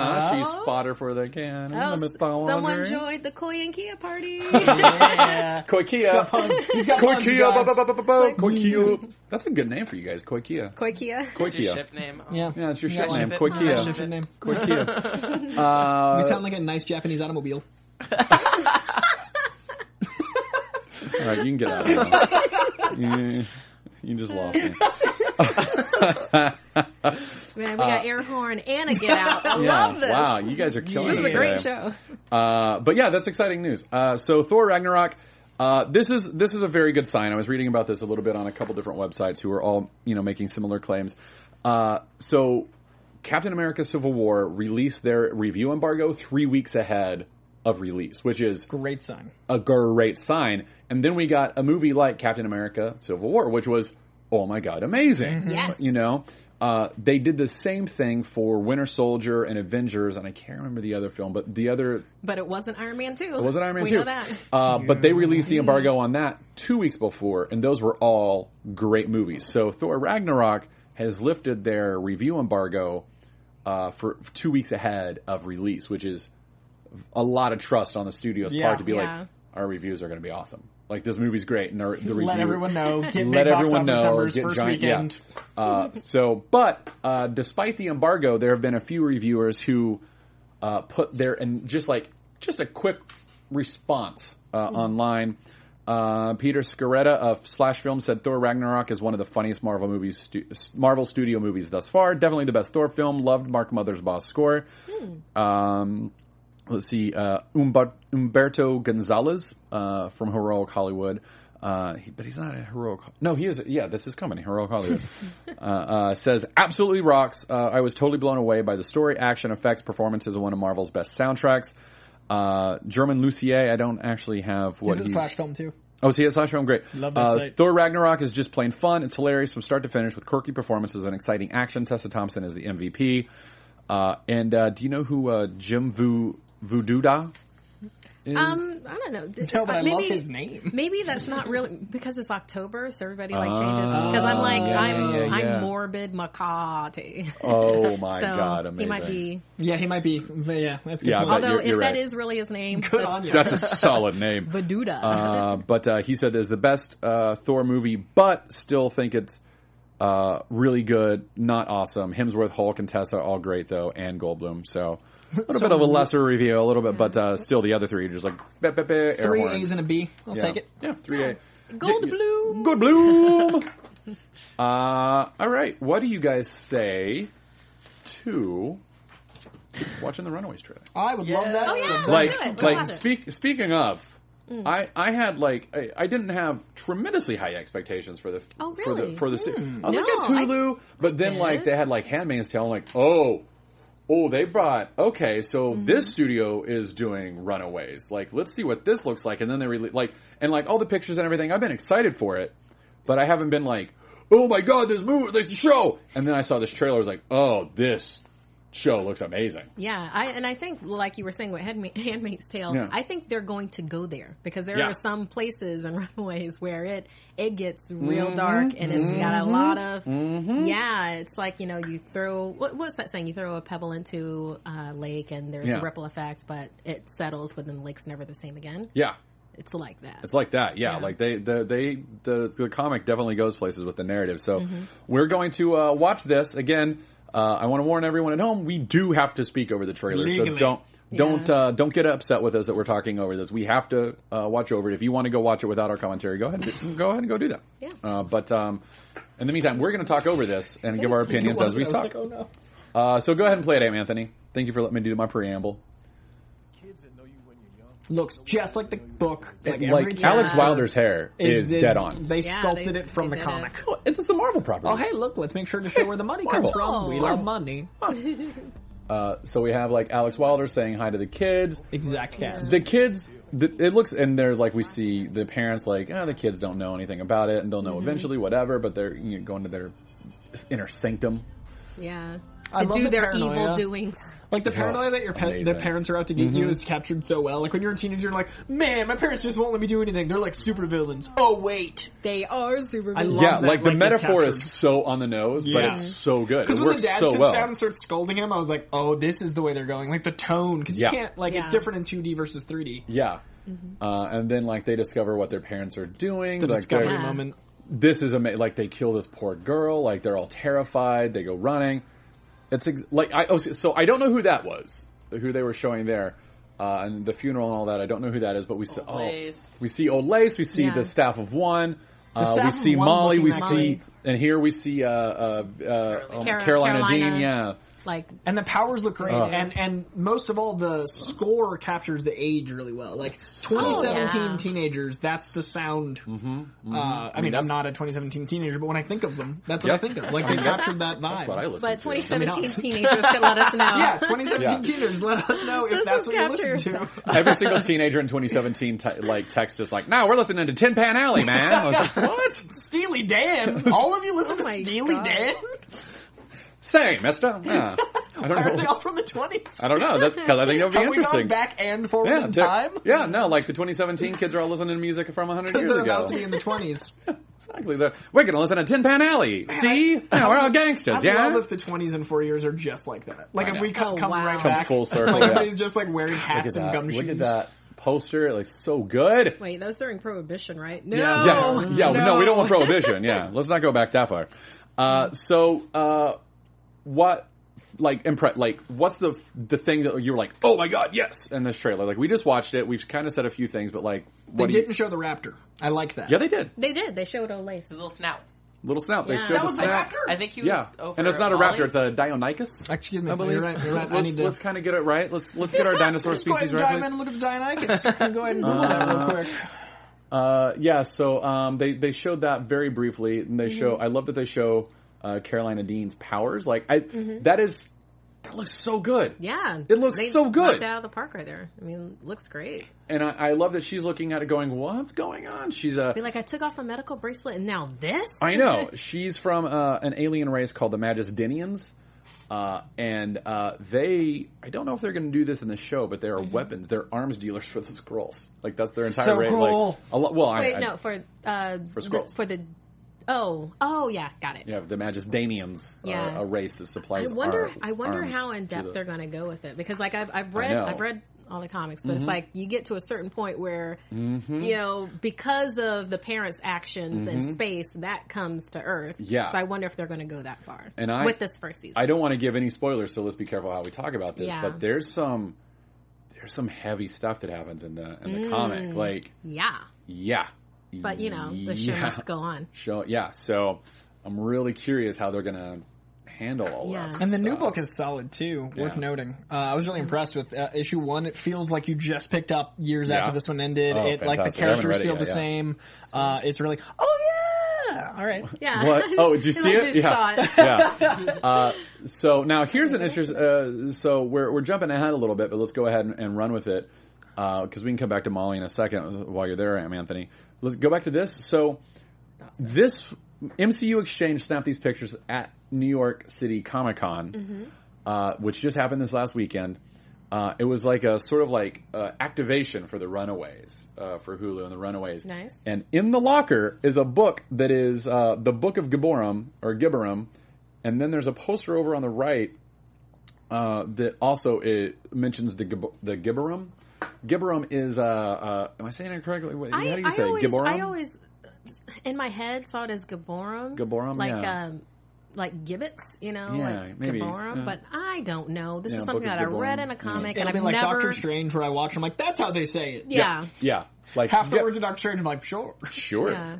Speaker 2: Uh, uh, she's fodder for the cannon.
Speaker 6: Oh,
Speaker 2: the
Speaker 6: s-
Speaker 2: myth fodder.
Speaker 6: someone joined the Koi and Kia party.
Speaker 4: yeah.
Speaker 2: Koikia.
Speaker 4: He's got puns,
Speaker 2: Koikia. uh, ba-
Speaker 4: guys.
Speaker 2: ba- ba- ba- ba- Koikia. That's a good name for you guys. Koikia.
Speaker 6: Koi Kia.
Speaker 5: That's your
Speaker 2: Koikia.
Speaker 5: ship name. Oh.
Speaker 4: Yeah.
Speaker 2: Yeah, that's your
Speaker 4: You
Speaker 2: ship
Speaker 4: got
Speaker 2: name.
Speaker 4: one.
Speaker 5: Yeah.
Speaker 4: What's
Speaker 2: Koikia.
Speaker 4: your name?
Speaker 2: Koikia. Uh,
Speaker 4: We sound like a nice Japanese automobile.
Speaker 2: All right, you can get out of here. you, you just lost me.
Speaker 6: Man, we got air horn and a get out. I
Speaker 2: Uh, Yeah,
Speaker 6: love this.
Speaker 2: Wow, you guys are killing
Speaker 6: This is
Speaker 2: it
Speaker 6: a great
Speaker 2: today.
Speaker 6: show.
Speaker 2: Uh, but yeah, that's exciting news. Uh, so Thor Ragnarok. Uh, this is this is a very good sign. I was reading about this a little bit on a couple different websites who are all you know making similar claims. Uh, so Captain America: Civil War released their review embargo three weeks ahead of release, which is
Speaker 4: Great sign.
Speaker 2: a great sign. And then we got a movie like Captain America: Civil War, which was oh my god, amazing.
Speaker 6: Yes.
Speaker 2: You know, uh, they did the same thing for Winter Soldier and Avengers, and I can't remember the other film, but the other
Speaker 6: But it wasn't Iron Man 2. It
Speaker 2: wasn't Iron Man
Speaker 6: we
Speaker 2: two.
Speaker 6: know that.
Speaker 2: Uh, but they released the embargo on that two weeks before, and those were all great movies. So Thor Ragnarok has lifted their review embargo uh, for for two weeks ahead of release, which is a lot of trust on the studio's
Speaker 4: Yeah.
Speaker 2: part to be
Speaker 6: Yeah.
Speaker 2: like, our reviews are going to be awesome. Like this movie's great, and our, the review
Speaker 4: Let everyone know. Get big
Speaker 2: let
Speaker 4: box
Speaker 2: everyone
Speaker 4: office
Speaker 2: know.
Speaker 4: numbers
Speaker 2: get
Speaker 4: first
Speaker 2: giant,
Speaker 4: weekend.
Speaker 2: Yeah. Uh, so, but uh, despite the embargo, there have been a few reviewers who uh, put their and just like just a quick response uh,
Speaker 4: Hmm.
Speaker 2: online. Uh, Peter Scaretta of Slash Film said Thor Ragnarok is one of the funniest Marvel movies, stu- Marvel studio movies thus far. Definitely the best Thor film. Loved Mark Mothersbaugh's score.
Speaker 4: Hmm.
Speaker 2: Um, let's see, uh, Umba- Umberto Gonzalez uh, from Heroic Hollywood. Uh, he, but he's not a heroic. Ho- No, he is. Yeah, this is coming. Heroic Hollywood uh, uh, says absolutely rocks. Uh, I was totally blown away by the story, action, effects, performances, and one of Marvel's best soundtracks. Uh, German Lucier. I don't actually have what
Speaker 4: Is it
Speaker 2: he-
Speaker 4: slash film too?
Speaker 2: Oh, see, it's slash film, great.
Speaker 4: Love that
Speaker 2: uh,
Speaker 4: site.
Speaker 2: Thor Ragnarok is just plain fun. It's hilarious from start to finish with quirky performances and exciting action. Tessa Thompson is the MVP. Uh, and uh, do you know who uh, Jim Vu Vududa is?
Speaker 6: Um, I don't know. D-
Speaker 4: No, but
Speaker 6: uh,
Speaker 4: I love his name.
Speaker 6: Maybe that's not really because it's October, so everybody like changes. Because I'm like,
Speaker 2: Ah, yeah,
Speaker 6: I'm
Speaker 2: yeah, yeah.
Speaker 6: I'm morbid macabre.
Speaker 2: oh my
Speaker 6: so
Speaker 2: god, amazing!
Speaker 6: he might be.
Speaker 4: Yeah, he might be. But yeah, that's a good.
Speaker 2: Yeah, I
Speaker 4: point.
Speaker 2: bet
Speaker 6: Although
Speaker 2: you're- you're
Speaker 6: if that
Speaker 2: right.
Speaker 6: is really his name,
Speaker 4: Good
Speaker 6: that's
Speaker 4: on you.
Speaker 2: That's a solid name.
Speaker 6: Vaduda.
Speaker 2: Uh, but uh, he said it's the best uh, Thor movie, but still think it's uh, really good, not awesome. Hemsworth, Hulk, and Tessa all great though, and Goldblum. So a little bit of a lesser review, a little bit, but uh, still the other three are just like bah, bah, bah, air
Speaker 4: Three
Speaker 2: horns.
Speaker 4: A's and a B. I'll
Speaker 2: yeah.
Speaker 4: take it.
Speaker 2: Yeah, three A.
Speaker 6: Goldblum.
Speaker 2: Goldblum. uh, all right, what do you guys say to watching the Runaways trailer?
Speaker 4: I would love that.
Speaker 6: Oh yeah,
Speaker 2: like
Speaker 6: let's do it. Let's
Speaker 2: like
Speaker 6: have it. Mm.
Speaker 2: speak, speaking of I, I had like I, I didn't have tremendously high expectations for the
Speaker 6: Oh,
Speaker 2: for the
Speaker 6: really?
Speaker 2: for the se- I was like
Speaker 6: No,
Speaker 2: it's
Speaker 6: I-
Speaker 2: Hulu, but then like
Speaker 6: did.
Speaker 2: they had like Handmaid's Tale. I'm like oh oh they brought okay so
Speaker 6: Mm-hmm.
Speaker 2: this studio is doing Runaways. Like let's see what this looks like, and then they really like and like all the pictures and everything. I've been excited for it, but I haven't been like oh my god this movie this show. And then I saw this trailer. I was like oh this show looks amazing.
Speaker 6: Yeah, I and I think like you were saying with Handma- Handmaid's Tale,
Speaker 2: Yeah.
Speaker 6: I think they're going to go there because there
Speaker 2: Yeah.
Speaker 6: are some places and runways where it it gets
Speaker 2: Mm-hmm.
Speaker 6: real dark and it's got a lot of yeah. It's like you know you throw what, what's that saying? You throw a pebble into a lake and there's
Speaker 2: Yeah.
Speaker 6: the ripple effect, but it settles, but then the lake's never the same again.
Speaker 2: Yeah.
Speaker 6: It's like that.
Speaker 2: It's like that, yeah. Like they, the, they, the, the comic definitely goes places with the narrative. So we're going to uh, watch this again. Uh, I want to warn everyone at home: we do have to speak over the trailer, so
Speaker 4: Legally.
Speaker 2: don't, don't, uh, don't get upset with us that we're talking over this. We have to uh, watch over it. If you want to go watch it without our commentary, go ahead, and- go ahead and go do that.
Speaker 6: Yeah.
Speaker 2: Uh, but um, in the meantime, we're going to talk over this and give our opinions as we
Speaker 4: I was
Speaker 2: talk.
Speaker 4: like, oh, no.
Speaker 2: uh, so go ahead and play it, Am Anthony. Thank you for letting me do my preamble.
Speaker 4: Looks just like the book. Like, every
Speaker 2: Like Alex
Speaker 4: character
Speaker 2: Wilder's hair is, dead on.
Speaker 4: They
Speaker 6: Yeah,
Speaker 4: sculpted
Speaker 6: they-
Speaker 4: it from the
Speaker 6: they did it.
Speaker 4: comic.
Speaker 2: Oh, It's a Marvel property.
Speaker 4: Oh hey, look, let's make sure to show where the money comes
Speaker 2: Marvel.
Speaker 4: from. We
Speaker 6: Oh.
Speaker 4: love money.
Speaker 2: Uh, So we have like Alex Wilder saying hi to the kids.
Speaker 4: Exact cast.
Speaker 2: The kids, the, it looks, and there's like we see the parents like, ah, the kids don't know anything about it, and they'll know eventually, whatever. But they're you know, going to their inner sanctum.
Speaker 6: yeah,
Speaker 4: I
Speaker 6: to
Speaker 4: love
Speaker 6: do
Speaker 4: the
Speaker 6: their
Speaker 4: paranoia.
Speaker 6: evil doings.
Speaker 4: Like the paranoia that your pa-
Speaker 2: amazing. Mm-hmm.
Speaker 4: the parents are out to get you is captured so well. Like when you're a teenager, you're like, man, my parents just won't let me do anything. They're like super villains. Oh wait,
Speaker 6: They are super.
Speaker 4: I
Speaker 6: villains.
Speaker 4: love
Speaker 2: Yeah,
Speaker 4: that,
Speaker 2: like the
Speaker 4: like,
Speaker 2: metaphor
Speaker 4: it's
Speaker 2: is so on the nose,
Speaker 4: Yeah.
Speaker 2: but it's so good.
Speaker 4: because
Speaker 2: It
Speaker 4: when
Speaker 2: works
Speaker 4: the dad
Speaker 2: so
Speaker 4: sits
Speaker 2: well.
Speaker 4: down and starts scolding him, I was like, oh, this is the way they're going. Like the tone, because
Speaker 2: Yeah.
Speaker 4: you can't like it's
Speaker 6: Yeah.
Speaker 4: different in 2D versus 3D.
Speaker 2: yeah. Uh, and then like they discover what their parents are doing.
Speaker 4: Mm-hmm. The
Speaker 2: like
Speaker 4: discovery
Speaker 2: they're-
Speaker 4: moment.
Speaker 2: this is amazing. Like they kill this poor girl. Like they're all terrified. They go running. It's ex- like I oh, so I don't know who that was, who they were showing there, uh, and the funeral and all that. I don't know who that is, but we see oh,
Speaker 5: Lace.
Speaker 2: we see Old Lace. We see
Speaker 6: Yeah.
Speaker 2: the staff of one. Uh,
Speaker 4: staff
Speaker 2: we
Speaker 4: of
Speaker 2: see
Speaker 4: one
Speaker 2: Molly.
Speaker 4: looking
Speaker 2: We
Speaker 4: like-
Speaker 2: see and here we see uh, uh, uh, um,
Speaker 6: Carol-
Speaker 2: Carolina
Speaker 6: Carolina.
Speaker 2: Dean. Yeah,
Speaker 6: like
Speaker 4: And the powers look great, and and most of all, the score captures the age really well. Like 2017
Speaker 6: Oh, yeah.
Speaker 4: teenagers, that's the sound.
Speaker 2: Mm-hmm.
Speaker 4: Uh, I mean, I'm not a 2017 teenager, but when I think of them, that's what
Speaker 2: Yep.
Speaker 4: I think of. Like they
Speaker 2: that's-
Speaker 4: captured that vibe.
Speaker 2: what I listen
Speaker 6: but
Speaker 2: to.
Speaker 6: 2017 teenagers could let us know.
Speaker 4: yeah, 2017
Speaker 2: Yeah.
Speaker 4: teenagers, let us know if
Speaker 6: This
Speaker 4: that's
Speaker 6: was
Speaker 4: what you listen to.
Speaker 2: Every single teenager in 2017 t- like texts us like, "Now we're listening to Tin Pan Alley, man." I was like, what?
Speaker 4: Steely Dan, all of you listen
Speaker 6: Oh my
Speaker 4: to Steely
Speaker 6: God.
Speaker 4: Dan.
Speaker 2: Say, Mister. Yeah. I don't
Speaker 4: Why Are
Speaker 2: know.
Speaker 4: they all from the 20s?
Speaker 2: I don't know. That's because I think that would be
Speaker 4: Have we
Speaker 2: interesting.
Speaker 4: gone back and forward
Speaker 2: yeah,
Speaker 4: in
Speaker 2: they're-
Speaker 4: time?
Speaker 2: yeah, no, like the 2017 kids are all listening to music from 100
Speaker 4: Because
Speaker 2: years
Speaker 4: they're
Speaker 2: ago.
Speaker 4: about to be in the 20s.
Speaker 2: Exactly. They're, we're gonna listen to Tin Pan Alley. See, yeah, we're all gangsters.
Speaker 4: I'd
Speaker 2: yeah.
Speaker 4: love if the 20s and four years are just like that. Like
Speaker 2: I
Speaker 4: if
Speaker 2: know.
Speaker 4: we co-
Speaker 6: Oh,
Speaker 4: come
Speaker 6: wow.
Speaker 4: right
Speaker 6: Come
Speaker 4: back,
Speaker 2: full circle,
Speaker 4: Like
Speaker 2: yeah.
Speaker 4: everybody's just like wearing
Speaker 2: Look at
Speaker 4: hats and
Speaker 2: that.
Speaker 4: gumshoes.
Speaker 2: Look at that poster. It looks so good.
Speaker 6: Wait, that was during Prohibition, right? No.
Speaker 2: Yeah, yeah. No. we don't want prohibition. Yeah, let's not go back that far. Uh, so, uh, what? Like, impre- like, what's the the thing that you were like? Oh my god, yes! In this trailer, like, we just watched it. We've kind of said a few things, but like,
Speaker 4: They
Speaker 2: what do you-
Speaker 4: didn't show the raptor. I like that.
Speaker 2: Yeah, they did.
Speaker 6: They did. They showed Olace.
Speaker 5: His little snout.
Speaker 2: Little snout. They
Speaker 6: Yeah.
Speaker 2: showed
Speaker 6: That
Speaker 2: the
Speaker 4: was a
Speaker 2: snout.
Speaker 4: raptor?
Speaker 5: I think he was
Speaker 2: Yeah,
Speaker 5: over.
Speaker 2: and it's not a
Speaker 5: Wally.
Speaker 2: raptor; it's a Deinonychus.
Speaker 4: Excuse me.
Speaker 2: I believe.
Speaker 4: You're right. You're
Speaker 2: let's
Speaker 4: right. I need to.
Speaker 2: kind of get it right. Let's let's get our dinosaur
Speaker 4: Let's go ahead
Speaker 2: species
Speaker 4: and dive in
Speaker 2: right.
Speaker 4: and look at the Deinonychus. Can go ahead and Google that real quick.
Speaker 2: Uh, yeah, so um, they they showed that very briefly, and they
Speaker 5: Mm-hmm.
Speaker 2: show. I love that they show uh, Carolina Dean's powers. Like I,
Speaker 5: Mm-hmm.
Speaker 2: that is that looks so good.
Speaker 6: Yeah,
Speaker 2: It looks
Speaker 6: They
Speaker 2: so good.
Speaker 6: knocked it out of the park right there. I mean, looks great.
Speaker 2: and I, I love that she's looking at it, going, "What's going on?" She's a
Speaker 6: Be like, I took off a medical bracelet, and now this.
Speaker 2: I know. She's from uh, an alien race called the Magistinians. Uh, and uh, they, I don't know if they're going to do this in the show, but they are weapons. They're arms dealers for the scrolls. Like that's their entire
Speaker 4: Mm-hmm. So
Speaker 2: rate. Like
Speaker 4: cool.
Speaker 2: a lot. Well, I-
Speaker 6: Wait,
Speaker 2: I,
Speaker 6: no, for uh,
Speaker 2: For
Speaker 6: the,
Speaker 2: Skrulls.
Speaker 6: for the oh oh yeah, got it.
Speaker 2: you have the Magistanians,
Speaker 6: Yeah.
Speaker 2: are a race that supplies.
Speaker 6: I wonder
Speaker 2: ar-
Speaker 6: I wonder
Speaker 2: arms
Speaker 6: how in
Speaker 2: to
Speaker 6: depth
Speaker 2: the-
Speaker 6: they're going to go with it because like I've I've read
Speaker 2: know. Mm-hmm.
Speaker 6: I've read all the comics, but it's like you get to a certain point where you know because of the parents' actions in space that comes to Earth.
Speaker 2: Mm-hmm. Yeah.
Speaker 6: so I wonder if they're going to go that far
Speaker 2: And I-
Speaker 6: with this first season.
Speaker 2: I don't want to give any spoilers, so let's be careful how we talk about this.
Speaker 6: Yeah.
Speaker 2: But there's some there's some heavy stuff that happens in the in the comic. Like,
Speaker 6: yeah,
Speaker 2: yeah,
Speaker 6: Mm. but you know the show
Speaker 2: Yeah.
Speaker 6: must go on.
Speaker 2: Show- yeah. So I'm really curious how they're gonna handle all
Speaker 6: Yeah.
Speaker 2: that.
Speaker 4: And the new book is solid too, worth noting. Uh, I was really impressed with uh, issue one. It feels like you just picked up years
Speaker 2: Yeah.
Speaker 4: after this one ended.
Speaker 2: Oh,
Speaker 4: it like
Speaker 2: fantastic. I
Speaker 4: the
Speaker 2: haven't
Speaker 4: characters
Speaker 2: read it
Speaker 4: feel
Speaker 2: yet,
Speaker 4: the
Speaker 2: yeah.
Speaker 4: same. Uh, it's really oh yeah, all right.
Speaker 6: Yeah.
Speaker 2: What? Oh, did you
Speaker 6: He,
Speaker 2: see
Speaker 6: like,
Speaker 2: it?
Speaker 6: just
Speaker 2: Yeah.
Speaker 6: saw it.
Speaker 2: yeah. Uh, so now here's an interesting. Uh, so we're we're jumping ahead a little bit, but let's go ahead and, and run with it because we can come back to Molly in a second while you're there, Am- Anthony. Let's go back to this. So this MCU Exchange snapped these pictures at New York City Comic Con,
Speaker 6: Mm-hmm.
Speaker 2: uh, which just happened this last weekend. Uh, it was like a sort of like uh, activation for the Runaways uh, for Hulu and the Runaways.
Speaker 6: Nice.
Speaker 2: And in the locker is a book that is uh, the Book of Gibborum or Gibborum, and then there's a poster over on the right uh, that also it mentions the Gib- the Gibborum. Gibborum is uh, uh, am I saying it correctly? What,
Speaker 6: I,
Speaker 2: how do you
Speaker 6: I
Speaker 2: say it?
Speaker 6: always,
Speaker 2: Gibborum?
Speaker 6: I always, in my head, saw it as Gaborum.
Speaker 2: Gaborum,
Speaker 6: like
Speaker 2: yeah.
Speaker 6: um, like gibbets, you know,
Speaker 2: Yeah,
Speaker 6: like
Speaker 2: maybe,
Speaker 6: Gaborum.
Speaker 2: yeah.
Speaker 6: But I don't know. This
Speaker 2: Yeah,
Speaker 6: is something
Speaker 2: Book of
Speaker 6: that I read
Speaker 2: Gaborum,
Speaker 6: in
Speaker 2: yeah.
Speaker 6: a comic,
Speaker 4: It'll
Speaker 6: and
Speaker 4: be
Speaker 6: I've
Speaker 4: like
Speaker 6: never.
Speaker 4: Doctor Strange where I watch. I'm like that's how they say it.
Speaker 6: yeah.
Speaker 2: yeah, like
Speaker 4: Half the
Speaker 2: Gib-
Speaker 4: words of Doctor Strange. I'm like sure.
Speaker 2: Sure.
Speaker 6: Yeah.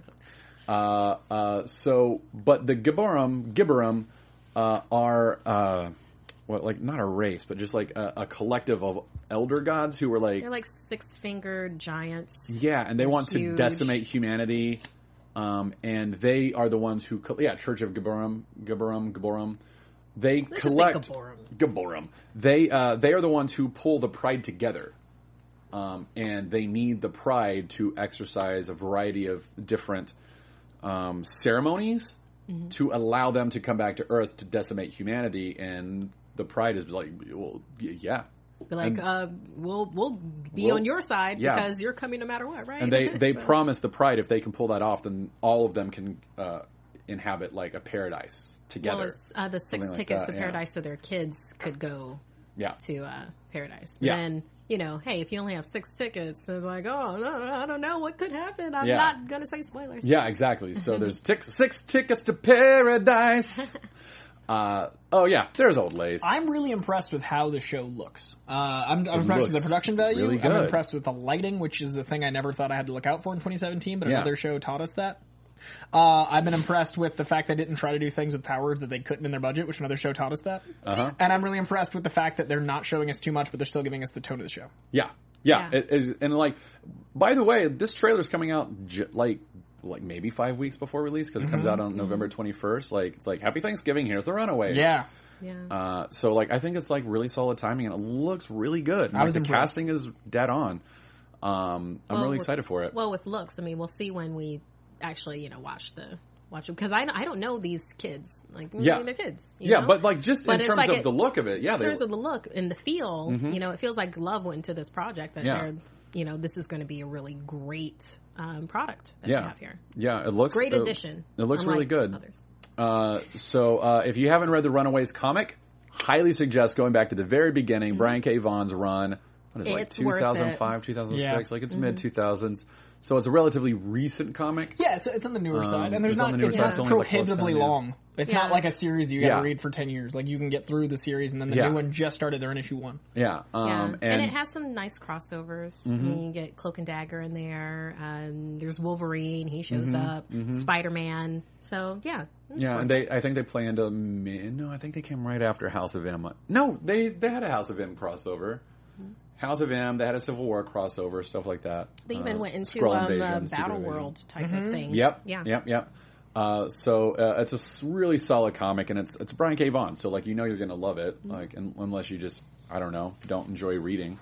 Speaker 2: Uh, uh, so, but the Gibborum, Gibborum, uh, are, uh, what, like, not a race, but just like a, a collective of elder gods who were like,
Speaker 6: They're like six fingered giants.
Speaker 2: yeah, and they want to
Speaker 6: huge.
Speaker 2: decimate humanity. Um, and they are the ones who, co- yeah, Church of Gibborum, Gibborum, Gibborum. They
Speaker 6: Let's just say
Speaker 2: collect
Speaker 6: Gaborum.
Speaker 2: Gaborum. They uh, they are the ones who pull the pride together, um, and they need the pride to exercise a variety of different um, ceremonies
Speaker 6: Mm-hmm.
Speaker 2: to allow them to come back to Earth to decimate humanity. And the pride is like, well, y- yeah.
Speaker 6: Be like, uh, we'll we'll be
Speaker 2: We'll-
Speaker 6: on your side
Speaker 2: yeah.
Speaker 6: because you're coming no matter what, right?
Speaker 2: And they they
Speaker 6: So-
Speaker 2: promise the pride if they can pull that off, then all of them can uh, inhabit like a paradise together.
Speaker 6: Well, it's, uh, the six
Speaker 2: Something like
Speaker 6: tickets
Speaker 2: that,
Speaker 6: to
Speaker 2: yeah.
Speaker 6: paradise, so their kids could go
Speaker 2: yeah.
Speaker 6: to uh, paradise. But
Speaker 2: Yeah.
Speaker 6: then, you know, hey, if you only have six tickets, it's like, oh, no, no, I don't know what could happen. I'm
Speaker 2: Yeah.
Speaker 6: not going to say spoilers.
Speaker 2: Yeah, exactly. So there's tick six tickets to paradise. Uh, oh yeah, there's old lace.
Speaker 4: I'm really impressed with how the show looks. Uh, I'm, I'm impressed with the
Speaker 2: looks
Speaker 4: production value.
Speaker 2: really
Speaker 4: I'm
Speaker 2: good.
Speaker 4: impressed with the lighting, which is a thing I never thought I had to look out for in 2017, but
Speaker 2: Yeah.
Speaker 4: another show taught us that. Uh, I've been impressed with the fact they didn't try to do things with power that they couldn't in their budget, which another show taught us that.
Speaker 2: Uh-huh.
Speaker 4: And I'm really impressed with the fact that they're not showing us too much, but they're still giving us the tone of the show.
Speaker 2: yeah, yeah.
Speaker 6: Yeah.
Speaker 2: It is and like, by the way, this trailer's coming out j- like like maybe five weeks before release because it
Speaker 6: Mm-hmm.
Speaker 2: comes out on November 21st. Like it's like Happy Thanksgiving. Here's the Runaways.
Speaker 4: Yeah.
Speaker 6: Yeah.
Speaker 2: Uh, so like I think it's like really solid timing and it looks really good. I
Speaker 4: was
Speaker 2: the
Speaker 4: impressed.
Speaker 2: casting is dead on. Um, I'm
Speaker 6: Well,
Speaker 2: really
Speaker 6: with-
Speaker 2: excited for it.
Speaker 6: Well, with looks, I mean, we'll see when we actually, you know, watch the watch them because I, I don't know these kids. Like, I mean,
Speaker 2: Yeah.
Speaker 6: they're kids. you
Speaker 2: yeah,
Speaker 6: know?
Speaker 2: but like just
Speaker 6: But
Speaker 2: in
Speaker 6: it's
Speaker 2: terms
Speaker 6: like
Speaker 2: of
Speaker 6: it-
Speaker 2: the look of it, yeah,
Speaker 6: in
Speaker 2: they, Mm-hmm.
Speaker 6: terms of the look and the feel, you know, it feels like love went into this project that
Speaker 2: Yeah.
Speaker 6: they're, you know, this is going to be a really great um, product that
Speaker 2: yeah,
Speaker 6: we have here.
Speaker 2: yeah, it looks
Speaker 6: Great
Speaker 2: it-
Speaker 6: addition.
Speaker 2: It looks
Speaker 6: unlike
Speaker 2: really good.
Speaker 6: others.
Speaker 2: Uh, so uh, if you haven't read the Runaways comic, highly suggest going back to the very beginning, Brian K. Vaughn's run. What is it, like
Speaker 6: Hmm. It's worth it. Mm-hmm.
Speaker 2: 2005, 2006,
Speaker 4: Yeah.
Speaker 2: like it's mid 2000s. So it's a relatively recent comic.
Speaker 4: Yeah, it's, it's on the newer side, and
Speaker 2: Um,
Speaker 4: there's
Speaker 2: it's on
Speaker 4: not
Speaker 2: the newer
Speaker 4: it's
Speaker 2: side,
Speaker 4: not
Speaker 2: it's only like close
Speaker 4: prohibitively
Speaker 2: to- yeah.
Speaker 4: long. It's
Speaker 6: Yeah.
Speaker 4: not like a series you
Speaker 2: Yeah.
Speaker 4: gotta read for 10 years. Like, you can get through the series, and then the
Speaker 2: Yeah.
Speaker 4: new one just started, they're in issue one.
Speaker 2: Yeah. Um,
Speaker 6: Yeah.
Speaker 2: And, Mm-hmm.
Speaker 6: and, it has some nice crossovers. I mean, you get Cloak and Dagger in there. Um, there's Wolverine; he shows
Speaker 2: Mm-hmm.
Speaker 6: up. Spider Man. So yeah, it's
Speaker 2: yeah,
Speaker 6: fun.
Speaker 2: and they I think they planned a mi- no, I think they came right after House of M. No, they they had a House of M crossover.
Speaker 6: Mm-hmm.
Speaker 2: House of M, they had a Civil War crossover, stuff like that.
Speaker 6: They even
Speaker 2: Uh,
Speaker 6: went into
Speaker 2: Skrull
Speaker 6: um,
Speaker 2: Invasion,
Speaker 6: a
Speaker 2: Secret
Speaker 6: battle
Speaker 2: Invasion.
Speaker 6: world type
Speaker 4: Mm-hmm.
Speaker 6: of thing.
Speaker 2: Yep.
Speaker 6: Yeah.
Speaker 2: Yep. Yep. Uh, so uh, it's a s- really solid comic, and it's it's Brian
Speaker 6: Mm-hmm.
Speaker 2: K. Vaughan. So like you know you're gonna love it. Like un unless you just I don't know don't enjoy reading.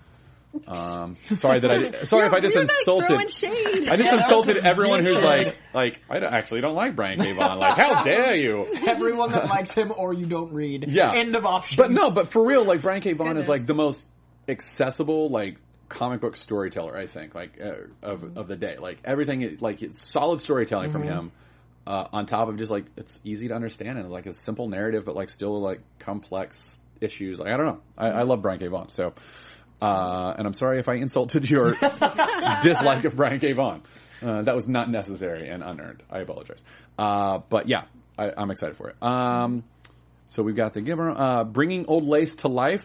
Speaker 2: Um, sorry that I sorry if I just
Speaker 6: You're, like,
Speaker 2: insulted.
Speaker 6: throwing
Speaker 2: I
Speaker 6: shade.
Speaker 2: just
Speaker 4: Yeah, that was
Speaker 2: insulted
Speaker 4: some
Speaker 2: everyone who's
Speaker 4: dick
Speaker 2: like
Speaker 4: shit.
Speaker 2: like I don't- actually don't like Brian K. Vaughan. Like how dare you?
Speaker 4: Everyone that likes him or you don't read.
Speaker 2: Yeah.
Speaker 4: End of options.
Speaker 2: But no, but for real, like Brian K. Vaughan is like the most accessible like comic book storyteller I think like uh, of of the day. Like everything, is- like it's solid storytelling from him. Uh, on top of just like it's easy to understand and like a simple narrative, but like still like complex issues. Like I don't know, I, I love Brian K. Vaughan so. Uh, and I'm sorry if I insulted your dislike of Brian K. Vaughan. Uh, that was not necessary and unearned. I apologize. Uh, but yeah, I, I'm excited for it. Um, so we've got the giver uh, bringing old lace to life.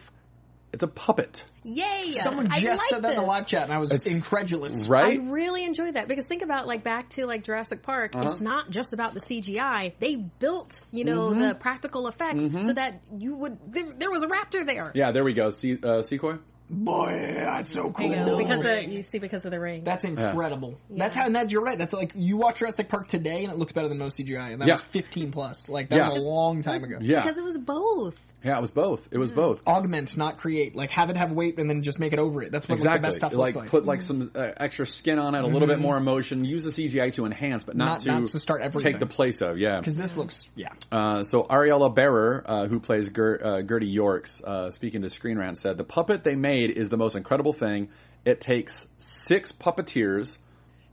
Speaker 2: It's a puppet,
Speaker 6: Yay!
Speaker 4: Someone
Speaker 6: I
Speaker 4: just
Speaker 6: like
Speaker 4: said that in the
Speaker 6: this.
Speaker 4: live chat and I was
Speaker 2: It's-
Speaker 4: incredulous.
Speaker 6: I
Speaker 2: right?
Speaker 6: really enjoyed that because think about like back to like Jurassic Park.
Speaker 2: Uh-huh.
Speaker 6: It's not just about the CGI. They built you
Speaker 2: Mm-hmm.
Speaker 6: know the practical effects so that you would there, there was a raptor there.
Speaker 2: yeah, there we go. See, uh, Sequoy.
Speaker 4: Boy, that's so
Speaker 6: There
Speaker 4: cool.
Speaker 6: you
Speaker 2: Oh.
Speaker 6: go. Because of, you see, because of the ring.
Speaker 4: That's incredible. That's how, and that you're right. That's like you watch Jurassic Park today, and it looks better than most CGI, and that
Speaker 2: Yeah.
Speaker 4: was 15 plus. Like that
Speaker 2: Yeah.
Speaker 4: was a long time ago.
Speaker 2: Yeah,
Speaker 6: Because it was both.
Speaker 2: yeah. It was both. It
Speaker 4: Hmm.
Speaker 2: was both.
Speaker 4: Augment, not create. Like have it have weight, and then just make it over it. That's what like,
Speaker 2: Exactly.
Speaker 4: the best stuff
Speaker 2: like,
Speaker 4: looks like. Hmm.
Speaker 2: put like some uh, extra skin on it, a little bit more emotion. Use the CGI to enhance, but not,
Speaker 4: Not- not to start everything.
Speaker 2: Take the place of yeah.
Speaker 4: Because this looks, yeah.
Speaker 2: Uh, so Ariella Bearer, uh, who plays Ger- uh, Gertie Yorks, uh, speaking to Screen Rant, said the puppet they made is the most incredible thing. It takes six puppeteers.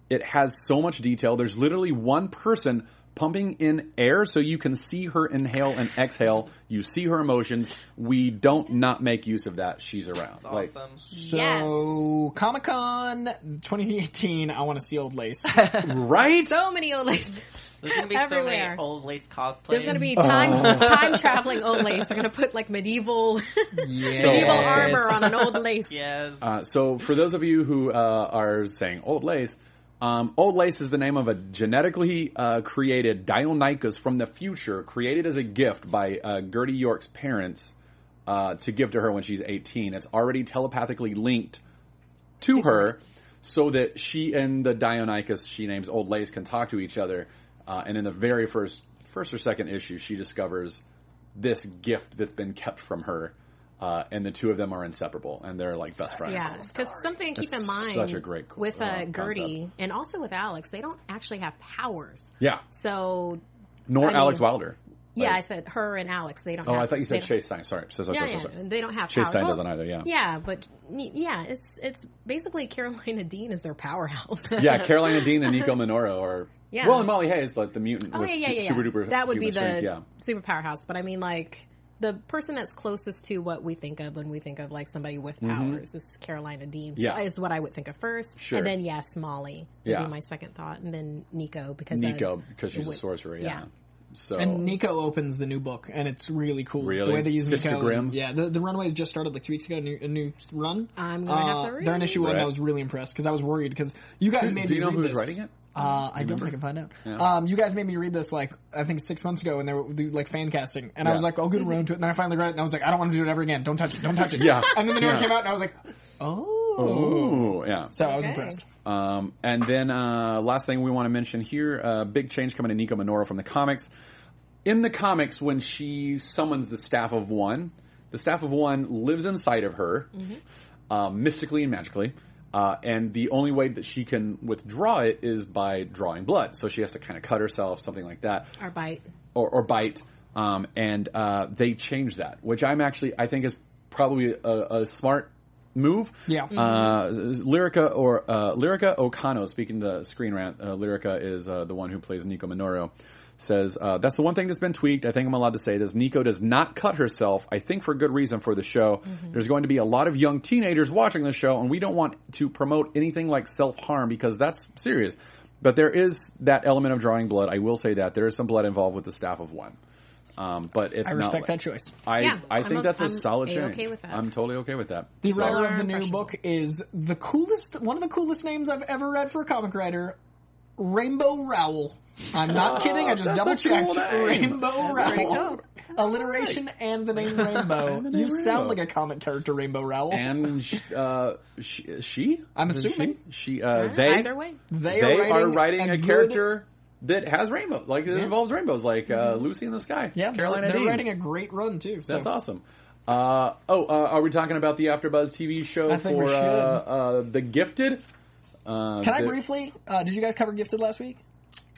Speaker 2: It has so much detail. There's literally one person pumping in air so you can see her inhale and exhale. You see her emotions. We don't not make use of that. She's around. Like,
Speaker 5: awesome.
Speaker 4: So Comic Con 2018, I want to see old lace.
Speaker 2: right?
Speaker 6: So many old laces.
Speaker 5: There's gonna be so
Speaker 6: Everywhere.
Speaker 5: many old lace cosplays.
Speaker 6: There's going to be
Speaker 2: Uh-huh.
Speaker 6: time time traveling old lace. They're going to put like medieval medieval
Speaker 2: Yes.
Speaker 6: armor on an old lace.
Speaker 5: yes.
Speaker 2: Uh, so for those of you who uh, are saying old lace, um, old lace is the name of a genetically uh, created Dionyscus from the future, created as a gift by uh, Gertie York's parents uh, to give to her when she's 18. It's already telepathically linked to her, so that she and the Dionyscus she names Old Lace can talk to each other. Uh, and in the very first first or second issue, she discovers this gift that's been kept from her, uh, and the two of them are inseparable, and they're like best friends.
Speaker 6: Yeah, because something to keep
Speaker 2: That's
Speaker 6: in mind
Speaker 2: such a great co-
Speaker 6: with
Speaker 2: uh,
Speaker 6: uh,
Speaker 2: concept.
Speaker 6: Gertie and also with Alex, they don't actually have powers.
Speaker 2: Yeah.
Speaker 6: So
Speaker 2: Nor
Speaker 6: I mean-
Speaker 2: Alex Wilder.
Speaker 6: yeah,
Speaker 2: Like-
Speaker 6: I said her and Alex. They don't.
Speaker 2: Oh,
Speaker 6: have,
Speaker 2: I thought you said
Speaker 6: they don't-
Speaker 2: Chase Stein. Sorry, so, sorry,
Speaker 6: Yeah,
Speaker 2: sorry,
Speaker 6: yeah,
Speaker 2: sorry.
Speaker 6: they don't have
Speaker 2: Chase
Speaker 6: powers.
Speaker 2: Stein
Speaker 6: Well,
Speaker 2: doesn't either, yeah.
Speaker 6: yeah, but y- yeah, it's it's basically Carolina Dean is their powerhouse.
Speaker 2: Yeah, Carolina Dean and Nico Minoru are.
Speaker 6: Yeah.
Speaker 2: Well, and Molly Hayes, like the mutant.
Speaker 6: Oh
Speaker 2: with
Speaker 6: yeah, yeah,
Speaker 2: su-
Speaker 6: yeah. yeah.
Speaker 2: Super duper.
Speaker 6: that would be
Speaker 2: human
Speaker 6: the
Speaker 2: strength, Yeah.
Speaker 6: super powerhouse. But I mean, like the person that's closest to what we think of when we think of like somebody with powers is Carolina Dean.
Speaker 2: Mm-hmm. Yeah.
Speaker 6: is what I would think of first.
Speaker 2: Sure.
Speaker 6: And then yes, Molly would
Speaker 2: Yeah.
Speaker 6: be my second thought, and then Nico because uh,
Speaker 2: Nico, because she's a
Speaker 6: would-
Speaker 2: sorcerer. Yeah.
Speaker 6: yeah.
Speaker 2: So
Speaker 4: And Nico opens the new book, and it's really cool.
Speaker 2: Really?
Speaker 4: The way they use
Speaker 2: Sister
Speaker 4: Nico.
Speaker 2: Grimm?
Speaker 4: Yeah, the, the runway's just started like two weeks ago, a new, a new run. Uh,
Speaker 6: I'm gonna have to
Speaker 2: Uh,
Speaker 6: read
Speaker 4: They're in
Speaker 6: it.
Speaker 4: issue one, and
Speaker 2: Right.
Speaker 4: I was really impressed because I was worried because you guys made
Speaker 2: do
Speaker 4: me
Speaker 2: you know
Speaker 4: read
Speaker 2: who's
Speaker 4: this.
Speaker 2: writing it?
Speaker 4: Uh, I don't think I can find out. Um, you guys made me read this like I think six months ago, and they were do, like fan casting, and I was
Speaker 2: Yeah.
Speaker 4: like, "I'll get around to it." And then I finally read it, and I was like, "I don't want to do it ever again. Don't touch it. Don't touch it."
Speaker 2: Yeah.
Speaker 4: And then the new
Speaker 2: Yeah.
Speaker 4: one came out, and I was like, "Oh."
Speaker 2: Ooh, yeah.
Speaker 4: So I was
Speaker 6: Okay.
Speaker 4: impressed.
Speaker 2: Um, and then uh, last thing we want to mention here, uh, big change coming to Nico Minoru from the comics. In the comics, when she summons the staff of one, the staff of one lives inside of her, uh, mystically and magically. Uh, and the only way that she can withdraw it is by drawing blood. So she has to kind of cut herself, something like that
Speaker 6: or bite.
Speaker 2: or, or bite. Um, and uh, they changed that, which I'm actually I think is probably a, a smart move.
Speaker 4: Yeah.
Speaker 2: Uh, Lyrica or uh, Lyrica Okano, speaking to Screen Rant, uh, Lyrica is uh, the one who plays Nico Minoru. Says uh, that's the one thing that's been tweaked. I think I'm allowed to say this. Nico does not cut herself. I think for good reason for the show.
Speaker 6: Mm-hmm.
Speaker 2: There's going to be a lot of young teenagers watching the show, and we don't want to promote anything like self harm because that's serious. But there is that element of drawing blood. I will say that there is some blood involved with the staff of one. Um, but it's
Speaker 4: I
Speaker 2: not
Speaker 4: respect
Speaker 2: like-
Speaker 4: that choice.
Speaker 2: I
Speaker 6: Yeah,
Speaker 2: I
Speaker 6: I'm
Speaker 2: think
Speaker 6: o-
Speaker 2: that's a
Speaker 6: I'm
Speaker 2: solid change.
Speaker 6: A-okay with that.
Speaker 2: I'm totally okay with that.
Speaker 4: The
Speaker 2: So-
Speaker 4: writer of the
Speaker 6: Or
Speaker 4: new
Speaker 6: impressionable.
Speaker 4: book is the coolest, one of the coolest names I've ever read for a comic writer, Rainbow Rowell. I'm not kidding. I just
Speaker 2: Oh, that's a
Speaker 4: double checked.
Speaker 2: cool name.
Speaker 4: Rainbow
Speaker 6: pretty
Speaker 4: Rowell. Alliteration and the name Rainbow.
Speaker 2: the
Speaker 4: you
Speaker 2: name
Speaker 4: sound
Speaker 2: Rainbow.
Speaker 4: like a comic character, Rainbow Rowell.
Speaker 2: and sh- uh, she, she?
Speaker 4: I'm
Speaker 2: Is it
Speaker 4: assuming.
Speaker 2: she, she uh, they
Speaker 6: Either way,
Speaker 4: they,
Speaker 2: they are writing a,
Speaker 4: good-
Speaker 2: character that has rainbow, like it involves rainbows, like uh, Lucy in the Sky.
Speaker 4: Yeah,
Speaker 2: Carolina
Speaker 4: they're, they're
Speaker 2: Dean.
Speaker 4: writing a great run too. So.
Speaker 2: That's awesome. Uh, oh, uh, are we talking about the AfterBuzz TV show
Speaker 4: I think
Speaker 2: for
Speaker 4: we
Speaker 2: uh,
Speaker 4: should.
Speaker 2: uh, The Gifted? Uh,
Speaker 4: Can I
Speaker 2: the-
Speaker 4: briefly? Uh, did you guys cover Gifted last week?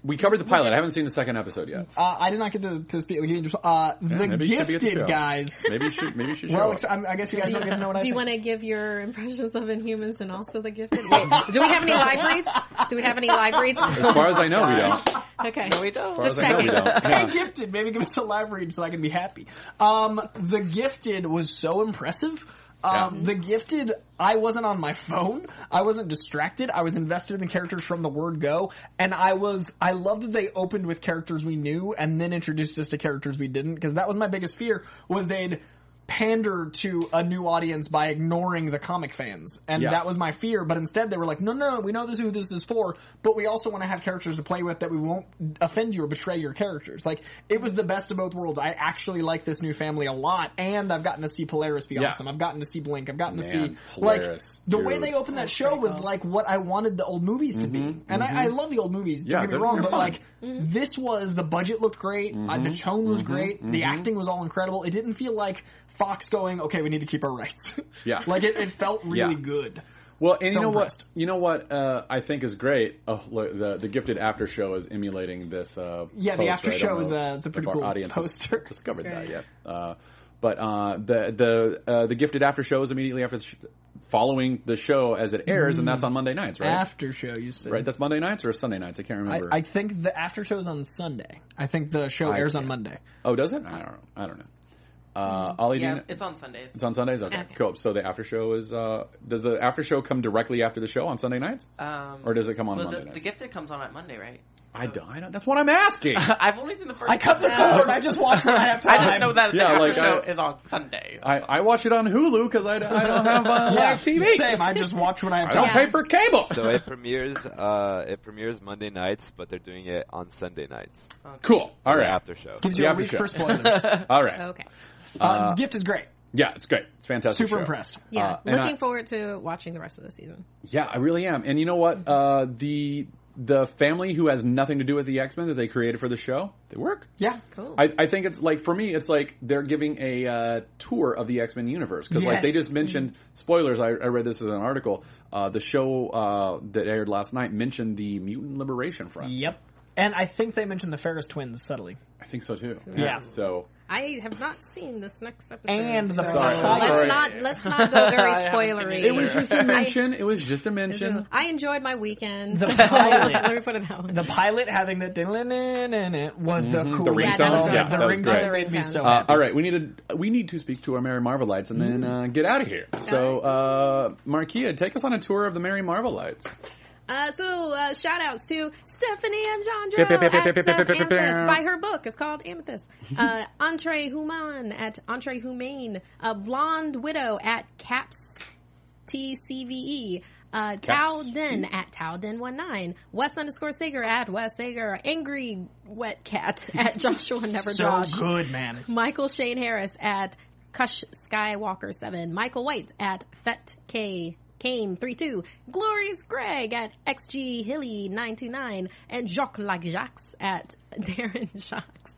Speaker 2: We covered the pilot. I haven't seen the second episode yet.
Speaker 4: Uh, I did not get to, to speak. Uh, the
Speaker 2: maybe you should be at the show.
Speaker 4: Gifted guys.
Speaker 2: Maybe you should. Maybe you should show
Speaker 4: Well,
Speaker 2: up.
Speaker 4: ex- I'm- I guess you guys don't get to know what I
Speaker 6: Do you
Speaker 4: think.
Speaker 6: want to give your impressions of Inhumans and also the Gifted? Wait, do we have any live reads? Do we have any live reads?
Speaker 2: As far as I know, we don't. As
Speaker 6: okay.
Speaker 5: We don't.
Speaker 2: far
Speaker 6: Just
Speaker 2: as I know, we
Speaker 6: checking.
Speaker 2: don't. Yeah.
Speaker 4: Hey, Gifted, maybe give us a live read so I can be happy. Um, the Gifted was so impressive. Um,
Speaker 2: Yeah.
Speaker 4: The Gifted, I wasn't on my phone. I wasn't distracted. I was invested in the characters from the word go. And I was, I love that they opened with characters we knew and then introduced us to characters we didn't. Cause that was my biggest fear was they'd pander to a new audience by ignoring the comic fans. And
Speaker 2: Yeah.
Speaker 4: that was my fear. But instead they were like, no, no, no, we know this is who this is for, but we also want to have characters to play with that we won't offend you or betray your characters. Like, it was the best of both worlds. I actually like this new family a lot. And I've gotten to see Polaris be
Speaker 2: Yeah.
Speaker 4: awesome. I've gotten to see Blink. I've gotten to
Speaker 2: Man,
Speaker 4: see,
Speaker 2: Polaris,
Speaker 4: like, the way
Speaker 2: dude.
Speaker 4: they opened that show was like what I wanted the old movies to be. And I, I love the old movies. Don't
Speaker 2: Mm-hmm, Yeah,
Speaker 4: get me
Speaker 2: they're-
Speaker 4: wrong,
Speaker 2: they're
Speaker 4: but
Speaker 2: fun. Mm-hmm,
Speaker 4: like, this was the budget looked great, uh, the tone was great, the acting was all incredible. It didn't feel like Fox going, okay, we need to keep our rights.
Speaker 2: Yeah.
Speaker 4: like it, it felt really
Speaker 2: Yeah.
Speaker 4: good.
Speaker 2: Well, and
Speaker 4: So
Speaker 2: you know
Speaker 4: impressed.
Speaker 2: what? You know what? Uh, I think is great. Oh, look, the the gifted after show is emulating this. Uh,
Speaker 4: Yeah, the
Speaker 2: poster.
Speaker 4: after
Speaker 2: I don't
Speaker 4: show
Speaker 2: know
Speaker 4: is, uh, it's a
Speaker 2: if
Speaker 4: pretty
Speaker 2: our
Speaker 4: cool
Speaker 2: audience has
Speaker 4: poster.
Speaker 2: Discovered
Speaker 6: That's
Speaker 2: that
Speaker 6: great.
Speaker 2: yet? Uh, but uh, the the uh, the gifted after show is immediately after the sh- following the show as it airs, and that's on Monday nights, right?
Speaker 4: After show, you said.
Speaker 2: right. That's Monday nights or Sunday nights. I can't
Speaker 4: I,
Speaker 2: remember.
Speaker 4: I think the after show's on Sunday. I think the show
Speaker 2: I
Speaker 4: airs on
Speaker 2: can't-
Speaker 4: Monday.
Speaker 2: oh, does it? I don't. know. I don't know. Uh, Ollie, do you
Speaker 5: Yeah,
Speaker 2: kn-
Speaker 5: it's on Sundays.
Speaker 2: it's on Sundays. Okay,
Speaker 6: Okay.
Speaker 2: cool. So the after show is. Uh, does the after show come directly after the show on Sunday nights,
Speaker 5: Um,
Speaker 2: or does it come on
Speaker 5: well,
Speaker 2: Monday
Speaker 5: the,
Speaker 2: nights?
Speaker 5: the Gifted comes on at Monday, right?
Speaker 2: I don't. I don't. That's what I'm asking.
Speaker 5: I've only seen the first.
Speaker 4: I cut the
Speaker 5: episode.
Speaker 4: cord. I just watched it. I have
Speaker 5: I
Speaker 4: time.
Speaker 5: just know that
Speaker 2: Yeah,
Speaker 5: the after
Speaker 2: like,
Speaker 5: show
Speaker 2: I-
Speaker 5: is on Sunday.
Speaker 2: I, I watch it on Hulu because I, I don't have uh,
Speaker 4: Yeah,
Speaker 2: live TV.
Speaker 4: Same. I just watch what I have
Speaker 2: I
Speaker 4: time.
Speaker 2: don't
Speaker 6: Yeah.
Speaker 2: pay for cable.
Speaker 7: So it premieres. Uh, it premieres Monday nights, but they're doing it on Sunday nights.
Speaker 2: cool. All
Speaker 7: the
Speaker 2: right.
Speaker 7: After show.
Speaker 4: Gives
Speaker 2: The
Speaker 4: you a
Speaker 2: after
Speaker 4: week
Speaker 2: show.
Speaker 4: for spoilers.
Speaker 2: All right.
Speaker 6: Okay.
Speaker 4: uh, Gift is great.
Speaker 2: Yeah, it's great. It's a fantastic.
Speaker 4: Super
Speaker 2: show.
Speaker 4: impressed.
Speaker 6: Yeah.
Speaker 2: Uh, and
Speaker 6: Looking
Speaker 2: I-
Speaker 6: forward to watching the rest of the season.
Speaker 2: Yeah, I really am. And you know what? Uh, the the family who has nothing to do with the X Men that they created for the show, they work.
Speaker 4: Yeah.
Speaker 6: Cool.
Speaker 2: I, I think it's like for me, it's like they're giving a uh, tour of the X Men universe because like they
Speaker 4: Yes.
Speaker 2: just mentioned spoilers. I, I read this as an article. Uh, the show uh, that aired last night mentioned the Mutant Liberation Front.
Speaker 4: Yep. And I think they mentioned the Ferris twins subtly.
Speaker 2: I think so too.
Speaker 4: Yeah.
Speaker 2: So
Speaker 6: I have not seen this next episode.
Speaker 4: And the
Speaker 6: so-
Speaker 2: Sorry,
Speaker 6: let's
Speaker 2: sorry.
Speaker 6: not let's not go very
Speaker 5: I haven't seen
Speaker 6: spoilery.
Speaker 5: it
Speaker 2: It was just a mention. It was just a mention.
Speaker 6: I enjoyed my weekend.
Speaker 4: The pilot.
Speaker 6: Let me put it that way.
Speaker 4: The pilot having the din in it was the coolest.
Speaker 2: ring
Speaker 6: Yeah, that was
Speaker 4: Oh,
Speaker 6: great.
Speaker 4: the
Speaker 2: that was
Speaker 4: ring
Speaker 2: great.
Speaker 4: tone made me so
Speaker 2: Uh,
Speaker 4: happy.
Speaker 2: all right, we need to we need to speak to our Mary Marvelites and then
Speaker 6: Mm.
Speaker 2: uh, get out of here. So, uh, Markia, take us on a tour of the Mary Marvelites.
Speaker 6: Uh, so, uh, shout outs to Stephanie
Speaker 2: Beep, beep, beep,
Speaker 6: Amjandro
Speaker 2: beep,
Speaker 6: at
Speaker 2: beep,
Speaker 6: Steph
Speaker 2: beep, beep, beep,
Speaker 6: Amethyst.
Speaker 2: beep.
Speaker 6: Buy her book. It's called Amethyst. Uh, Entree Human at Entree Humane. Uh, Blonde Widow at Caps TCVE. Uh, Tao Den at Tao Den 19. Wes underscore Sager at Wes Sager. Angry Wet Cat at Joshua Never
Speaker 4: so
Speaker 6: Josh.
Speaker 4: good, man.
Speaker 6: Michael Shane Harris at Kush Skywalker Seven, Michael White at Fet K Kane three two, Glorious Greg at XG Hilly nine two nine, and Jacques Lagjax at Darren Jacques.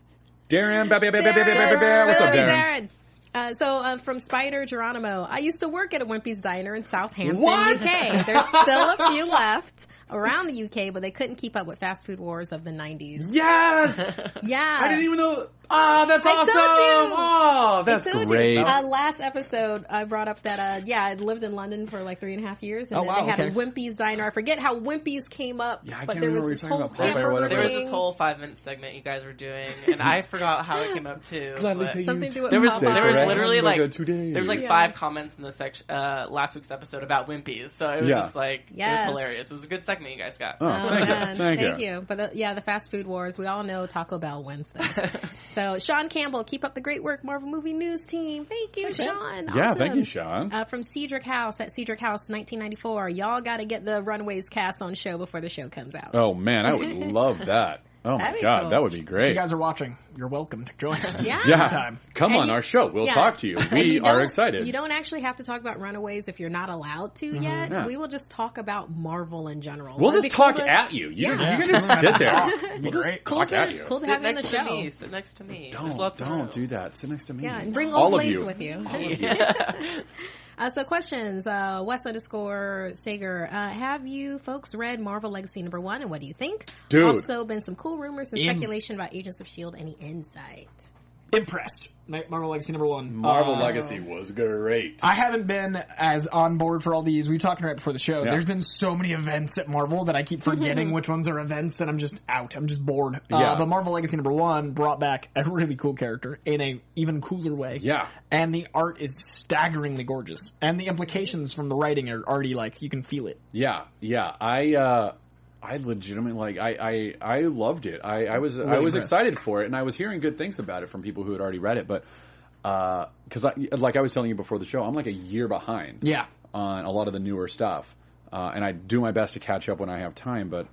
Speaker 2: Darren, ba- ba- ba- ba- ba- ba- ba- ba- ba-
Speaker 6: Darren,
Speaker 2: what's up,
Speaker 6: we love you,
Speaker 2: Darren?
Speaker 6: Darren? Uh, so uh, from Spider Geronimo, I used to work at a Wimpy's Diner in Southampton,
Speaker 2: What?
Speaker 6: UK. There's still a few left around the UK, but they couldn't keep up with fast food wars of the 90s.
Speaker 2: Yes,
Speaker 6: Yeah,
Speaker 2: I didn't even know. Ah, that's
Speaker 6: I told
Speaker 2: awesome.
Speaker 6: you.
Speaker 2: Oh, that's
Speaker 6: told you.
Speaker 2: great.
Speaker 6: Uh, last episode, I brought up that uh, yeah, I lived in London for like three and a half years, and
Speaker 4: Oh,
Speaker 6: then
Speaker 4: wow,
Speaker 6: they had
Speaker 4: okay.
Speaker 6: a Wimpy's diner. I forget how Wimpy's came up,
Speaker 2: Yeah, I
Speaker 6: but
Speaker 2: can't
Speaker 6: there
Speaker 2: remember
Speaker 6: was this
Speaker 2: what you were
Speaker 6: whole
Speaker 2: talking about, Popeye or
Speaker 6: hamburger
Speaker 2: whatever.
Speaker 5: There was this
Speaker 6: thing,
Speaker 5: whole five minute segment you guys were doing, and I forgot how it came up too. but-
Speaker 6: something to do with
Speaker 5: There was
Speaker 6: Popeye.
Speaker 5: there was
Speaker 2: Correct.
Speaker 5: literally
Speaker 2: Hamburger
Speaker 5: like
Speaker 2: today.
Speaker 5: there was like
Speaker 6: Yeah.
Speaker 5: five comments in the section uh, last week's episode about Wimpy's, so it was
Speaker 2: Yeah.
Speaker 5: just like
Speaker 6: Yes.
Speaker 5: it was hilarious. It was a good segment you guys got.
Speaker 2: Oh,
Speaker 6: Oh,
Speaker 2: thank,
Speaker 6: man.
Speaker 2: you. thank you,
Speaker 6: But uh, yeah, the fast food wars. We all know Taco Bell wins those. so Sean Campbell, keep up the great work, Marvel Movie News team. Thank you, Sean.
Speaker 2: Yeah,
Speaker 6: Awesome.
Speaker 2: thank you, Sean.
Speaker 6: Uh, from Cedric House at Cedric House, 1994. Y'all got to get the Runways cast on show before the show comes out.
Speaker 2: Oh man, I would love that. Oh my
Speaker 6: That'd be
Speaker 2: god,
Speaker 6: cool.
Speaker 2: that would be great.
Speaker 4: You guys are watching. you're welcome to join us.
Speaker 6: Yeah.
Speaker 2: Yeah.
Speaker 4: Time.
Speaker 2: Come
Speaker 6: And
Speaker 2: on
Speaker 6: you-
Speaker 2: our show. We'll
Speaker 6: Yeah.
Speaker 2: talk to you.
Speaker 6: And
Speaker 2: We
Speaker 6: you
Speaker 2: are
Speaker 6: don't-
Speaker 2: excited. Mm-hmm.
Speaker 6: You don't actually have to talk about Runaways if you're not allowed to yet.
Speaker 2: Yeah.
Speaker 6: We will just talk about Marvel in general.
Speaker 2: We'll
Speaker 6: It'd
Speaker 2: just
Speaker 6: be cool
Speaker 2: talk
Speaker 6: to-
Speaker 2: at you. You,
Speaker 6: Yeah.
Speaker 2: you can just sit there. We'll just
Speaker 4: Great.
Speaker 2: talk
Speaker 6: Cool
Speaker 2: at
Speaker 6: to,
Speaker 2: you.
Speaker 6: cool to
Speaker 5: Sit
Speaker 6: have you on
Speaker 5: next
Speaker 6: the
Speaker 5: to
Speaker 6: show.
Speaker 5: me. Sit next to me. There's
Speaker 2: Don't,
Speaker 5: lots of room.
Speaker 2: don't do that. Sit next to me.
Speaker 6: Yeah, and bring
Speaker 2: All
Speaker 6: old
Speaker 2: of
Speaker 6: lace
Speaker 2: you.
Speaker 6: with you. uh, so questions, uh, Wes underscore Sager, uh, have you folks read Marvel Legacy number one and what do you think?
Speaker 2: Dude.
Speaker 6: Also been some cool rumors and
Speaker 4: Im-
Speaker 6: speculation about Agents of S.H.I.E.L.D. Any insight?
Speaker 4: Impressed. Ma- Marvel Legacy number one.
Speaker 2: Marvel
Speaker 4: Uh,
Speaker 2: Legacy was great.
Speaker 4: I haven't been as on board for all these. We were talking right before the show.
Speaker 2: Yeah.
Speaker 4: There's been so many events at Marvel that I keep forgetting which ones are events, and I'm just out. I'm just bored.
Speaker 2: Yeah.
Speaker 4: Uh, but Marvel Legacy number one brought back a really cool character in a even cooler way.
Speaker 2: Yeah.
Speaker 4: And the art is staggeringly gorgeous, and the implications from the writing are already like you can feel it.
Speaker 2: Yeah, yeah. I uh I legitimately like I I, I loved it. I, I was I was
Speaker 4: impressed.
Speaker 2: excited for it and I was hearing good things about it from people who had already read it, but uh 'cause cuz I like I was telling you before the show, I'm like a year behind
Speaker 4: Yeah.
Speaker 2: on a lot of the newer stuff. Uh, and I do my best to catch up when I have time, but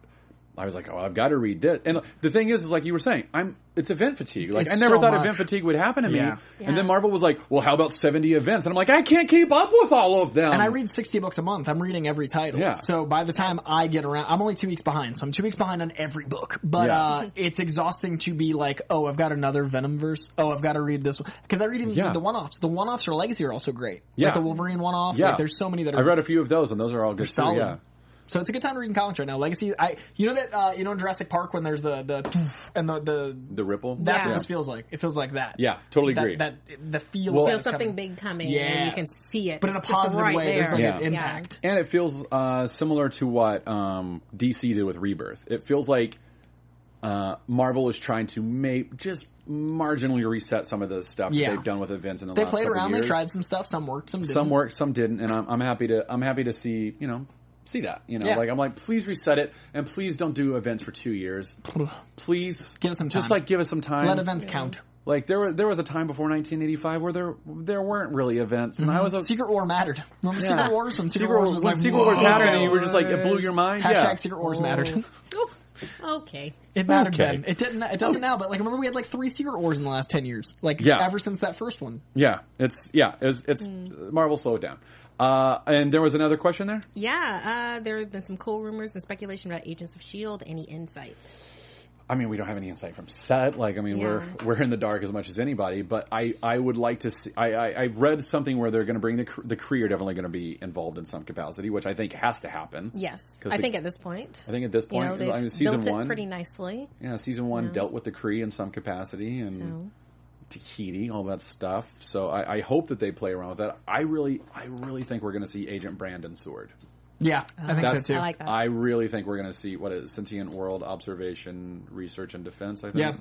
Speaker 2: I was like, oh, I've got to read this. And the thing is, is like you were saying, I'm it's event fatigue. Like
Speaker 4: It's
Speaker 2: I never
Speaker 4: so
Speaker 2: thought
Speaker 4: much.
Speaker 2: event fatigue would happen to me.
Speaker 4: Yeah.
Speaker 6: Yeah.
Speaker 2: And then Marvel was like, well, how about 70 events? And I'm like, I can't keep up with all of them.
Speaker 4: And I read 60 books a month. I'm reading every title.
Speaker 2: Um, Yeah.
Speaker 4: So by the time I get around, I'm only two weeks behind. So I'm two weeks behind on every book. But
Speaker 2: Yeah.
Speaker 4: uh, it's exhausting to be like, oh, I've got another Venom verse. Oh, I've got to read this one. Because I read even
Speaker 2: Yeah.
Speaker 4: the one offs. The one offs for Legacy are also great.
Speaker 2: Yeah.
Speaker 4: Like the Wolverine one off.
Speaker 2: Yeah.
Speaker 4: Like there's so many that are
Speaker 2: I read a few of those, and those are all good. Too,
Speaker 4: solid.
Speaker 2: yeah.
Speaker 4: So it's a good time to read comics right now. Legacy, I you know that uh, you know in Jurassic Park when there's the the and the the
Speaker 2: The ripple.
Speaker 4: that's
Speaker 6: Yeah.
Speaker 4: what this feels like. It feels like that.
Speaker 2: Yeah, totally agree.
Speaker 4: That, that the feel
Speaker 2: Well-
Speaker 4: of
Speaker 6: Feel
Speaker 4: it
Speaker 6: something
Speaker 4: coming.
Speaker 6: big coming and
Speaker 4: Yeah.
Speaker 6: you can see it.
Speaker 4: but in a
Speaker 6: It's just
Speaker 4: positive
Speaker 6: right
Speaker 4: way.
Speaker 6: There.
Speaker 4: There's like an
Speaker 2: Yeah.
Speaker 4: impact.
Speaker 2: and it feels uh, similar to what um, DC did with Rebirth. It feels like uh, Marvel is trying to make just marginally reset some of the stuff
Speaker 4: Yeah.
Speaker 2: that they've done with events in the
Speaker 4: They
Speaker 2: last
Speaker 4: played
Speaker 2: couple
Speaker 4: around.
Speaker 2: Years.
Speaker 4: They tried some stuff. Some worked. Some didn't.
Speaker 2: Some worked, some didn't, and I'm, I'm happy to I'm happy to see you know see that you know
Speaker 4: Yeah.
Speaker 2: like I'm like please reset it and please don't do events for two years. Please
Speaker 4: Give us some
Speaker 2: Just
Speaker 4: time.
Speaker 2: like give us some time.
Speaker 4: Let events count.
Speaker 2: Like there were there was a time before 1985 where there there weren't really events, and I was a,
Speaker 4: Mm-hmm. Secret War mattered. Remember
Speaker 2: Yeah.
Speaker 4: Secret Wars when Secret,
Speaker 2: Secret
Speaker 4: Wars
Speaker 2: Wars-
Speaker 4: was
Speaker 2: when
Speaker 4: like
Speaker 2: Secret Wars
Speaker 4: whoa.
Speaker 2: happened and you were just like, it blew your mind?
Speaker 4: Hashtag
Speaker 2: Yeah.
Speaker 4: Secret Wars mattered.
Speaker 6: Oh, okay.
Speaker 4: It mattered
Speaker 2: Okay.
Speaker 4: then. It didn't. It doesn't now. But like, remember we had like three Secret Wars in the last ten years. Like,
Speaker 2: Yeah.
Speaker 4: ever since that first one.
Speaker 2: Yeah, it's yeah, it's it's Marvel slowed down. Uh, and there was another question there.
Speaker 6: Yeah, uh, there have been some cool rumors and speculation about Agents of S.H.I.E.L.D. E Any insight?
Speaker 2: I mean, we don't have any insight from set. Like, I mean, we're
Speaker 6: Yeah.
Speaker 2: we're in the dark as much as anybody. But I I would like to see. I I, I read something where they're going to bring the cr- the Kree are definitely going to be involved in some capacity, which I think has to happen.
Speaker 6: Yes.
Speaker 2: 'Cause
Speaker 6: I
Speaker 2: they-
Speaker 6: think at this point.
Speaker 2: I think at this
Speaker 6: you
Speaker 2: point,
Speaker 6: know, they've
Speaker 2: I mean, season
Speaker 6: built it
Speaker 2: one,
Speaker 6: pretty nicely.
Speaker 2: yeah, season one dealt with the Kree in some capacity and
Speaker 6: So.
Speaker 2: Tahiti, all that stuff. So I, I hope that they play around with that. I really, I really think we're going to see Agent Brandon Sword.
Speaker 4: Yeah, I think so
Speaker 2: That's-
Speaker 4: too.
Speaker 6: I like that.
Speaker 2: I really think we're going to see what is it, sentient world observation, research, and defense. I think.
Speaker 4: yeah,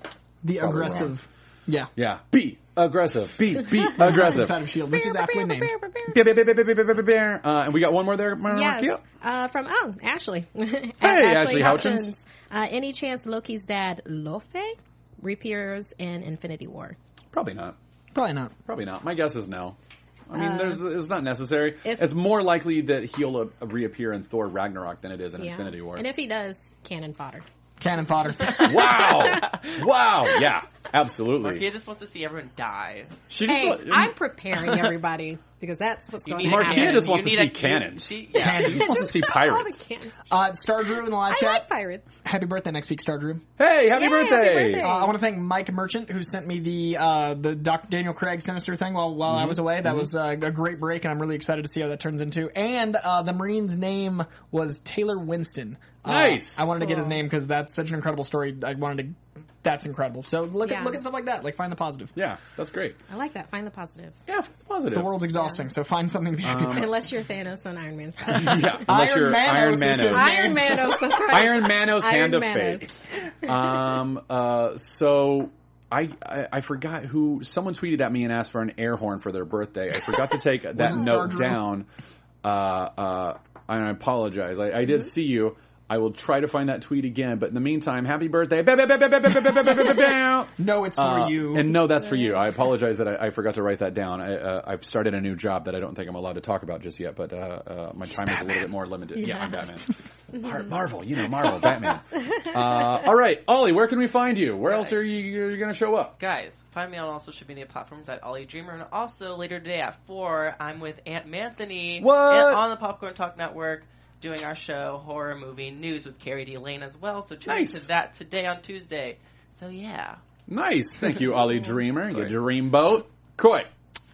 Speaker 2: Probably
Speaker 4: the
Speaker 2: wrong.
Speaker 4: aggressive. Yeah.
Speaker 2: Yeah. Be aggressive. Be be aggressive.
Speaker 4: Side of Shield, E which is aptly named.
Speaker 2: Bear, bear, bear, bear, bear, bear, bear, bear. Uh, and we got one more there. Mark?
Speaker 6: Yes.
Speaker 2: Yep.
Speaker 6: Uh, from oh Ashley. hey,
Speaker 2: Ashley Houchins.
Speaker 6: Uh, any chance Loki's dad Lofe reappears in Infinity War?
Speaker 2: Probably not.
Speaker 4: Probably not.
Speaker 2: Probably not. My guess is no. I mean, there's it's not necessary.
Speaker 6: Uh, if-
Speaker 2: it's more likely that he'll uh, reappear in Thor Ragnarok than it is in Infinity War.
Speaker 6: And if he does, cannon fodder.
Speaker 4: Cannon fodder.
Speaker 2: wow, wow, yeah,
Speaker 5: Marquia
Speaker 2: absolutely.
Speaker 5: just wants to see everyone die.
Speaker 2: She just
Speaker 6: Hey,
Speaker 2: wa-
Speaker 6: I'm preparing everybody because that's what's going to
Speaker 2: Marquia
Speaker 6: happen.
Speaker 2: just
Speaker 5: You
Speaker 2: wants to
Speaker 5: need
Speaker 2: see
Speaker 5: a-
Speaker 2: cannons.
Speaker 5: She, yeah.
Speaker 2: she just wants to see
Speaker 6: All the
Speaker 2: pirates.
Speaker 6: cannons.
Speaker 4: uh, Star Drew in the live
Speaker 6: I
Speaker 4: chat.
Speaker 6: like pirates.
Speaker 4: Happy birthday next week, Star Drew.
Speaker 2: Hey, happy
Speaker 6: Yay, happy
Speaker 2: birthday!
Speaker 6: birthday.
Speaker 4: Uh, I want to thank Mike Merchant who sent me the uh, the Doc Daniel Craig Sinister thing while while
Speaker 2: Mm-hmm.
Speaker 4: I was away. That was uh, a great break, and I'm really excited to see how that turns into. And uh, the Marine's name was Taylor Winston. Uh,
Speaker 2: Nice.
Speaker 4: I wanted to get his name because that's such an incredible story. I wanted to. That's incredible. So look
Speaker 6: Yeah.
Speaker 4: at look at stuff like that. Like find the positive.
Speaker 2: Yeah, that's great.
Speaker 6: I like that. Find the positive.
Speaker 2: Yeah, positive.
Speaker 4: The world's exhausting, so find something to be happy
Speaker 2: Um,
Speaker 4: about.
Speaker 6: Unless you're Thanos on Iron Man's side.
Speaker 2: yeah, unless
Speaker 4: Iron
Speaker 2: you're
Speaker 4: Manos
Speaker 2: Iron
Speaker 4: is his
Speaker 2: Manos.
Speaker 6: Iron Manos. That's right.
Speaker 2: Iron Manos
Speaker 6: Iron
Speaker 2: hand of
Speaker 6: Manos.
Speaker 2: fate. Um, uh, so I, I I forgot who someone tweeted at me and asked for an air horn for their birthday. I forgot to take that note
Speaker 4: Wasn't Star Drew?
Speaker 2: down. Uh, uh, and I apologize. I, I did
Speaker 6: Mm-hmm.
Speaker 2: see you. I will try to find that tweet again. But in the meantime, happy birthday! Bow, bow, bow, bow, bow, bow, bow, bow, bow, bow, bow.
Speaker 4: No, it's for
Speaker 2: Uh,
Speaker 4: you.
Speaker 2: And no, that's for you. I apologize that I, I forgot to write that down. I, uh, I've started a new job that I don't think I'm allowed to talk about just yet, but uh, uh, my time is a little bit more limited. Yeah, I'm Batman. Mar- Marvel, you know, Marvel, Batman. Uh, all right, Ollie, where can we find you? Where else are you you're going to show up?
Speaker 5: Guys, find me on all social media platforms at Ollie Dreamer, and also later today at four, I'm with Aunt Manthony
Speaker 2: What?
Speaker 5: and on the Popcorn Talk Network doing our show horror movie news with Carrie D Lane as well. So tune
Speaker 2: Nice.
Speaker 5: into that today on Tuesday. So yeah,
Speaker 2: Nice. Thank you, Ollie Dreamer, you dreamboat. Coy.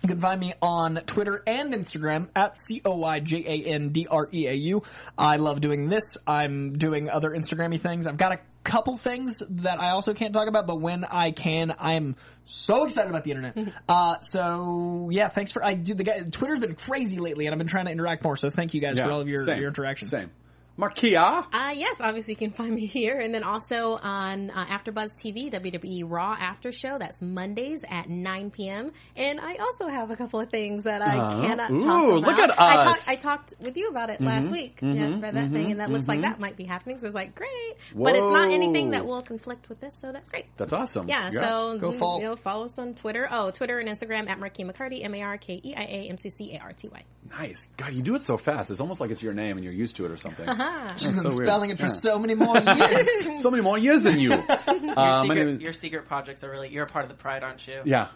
Speaker 4: You can find me on Twitter and Instagram at C O I J A N D R E A U. I love doing this. I'm doing other Instagrammy things. I've got a couple things that I also can't talk about, but when I can, I'm so excited about the internet. uh, so yeah, thanks for I do the guy Twitter's been crazy lately and I've been trying to interact more, so thank you guys for all of your,
Speaker 2: same,
Speaker 4: your interaction.
Speaker 2: Same. Markia.
Speaker 6: Uh, yes, obviously you can find me here, and then also on uh, AfterBuzz TV WWE E Raw After Show. That's Mondays at 9 p.m. And I also have a couple of things that I
Speaker 2: Uh-huh.
Speaker 6: cannot
Speaker 2: Ooh,
Speaker 6: talk about.
Speaker 2: look at
Speaker 6: I,
Speaker 2: us. Mm-hmm.
Speaker 6: talked- I talked with you about it last week yeah, about that thing, and that looks like that might be happening. So it's like great, but it's not anything that
Speaker 2: Whoa.
Speaker 6: will conflict with this, so that's great.
Speaker 2: That's awesome.
Speaker 6: Yeah, so
Speaker 4: Go
Speaker 6: you
Speaker 4: follow-
Speaker 6: know, follow us on Twitter. Oh, Twitter and Instagram at Marquis McCarty, M A R K E I A M C C A R T Y.
Speaker 2: Nice. God, you do it so fast. It's almost like it's your name and you're used to it or something.
Speaker 6: Uh-huh.
Speaker 4: She's been
Speaker 2: so weird.
Speaker 4: spelling it for
Speaker 2: Yeah.
Speaker 4: so many more years.
Speaker 2: So many more years than you.
Speaker 5: your,
Speaker 2: Uh, my
Speaker 5: secret,
Speaker 2: name is-
Speaker 5: your secret projects are really you're a part of the pride, aren't you?
Speaker 2: yeah.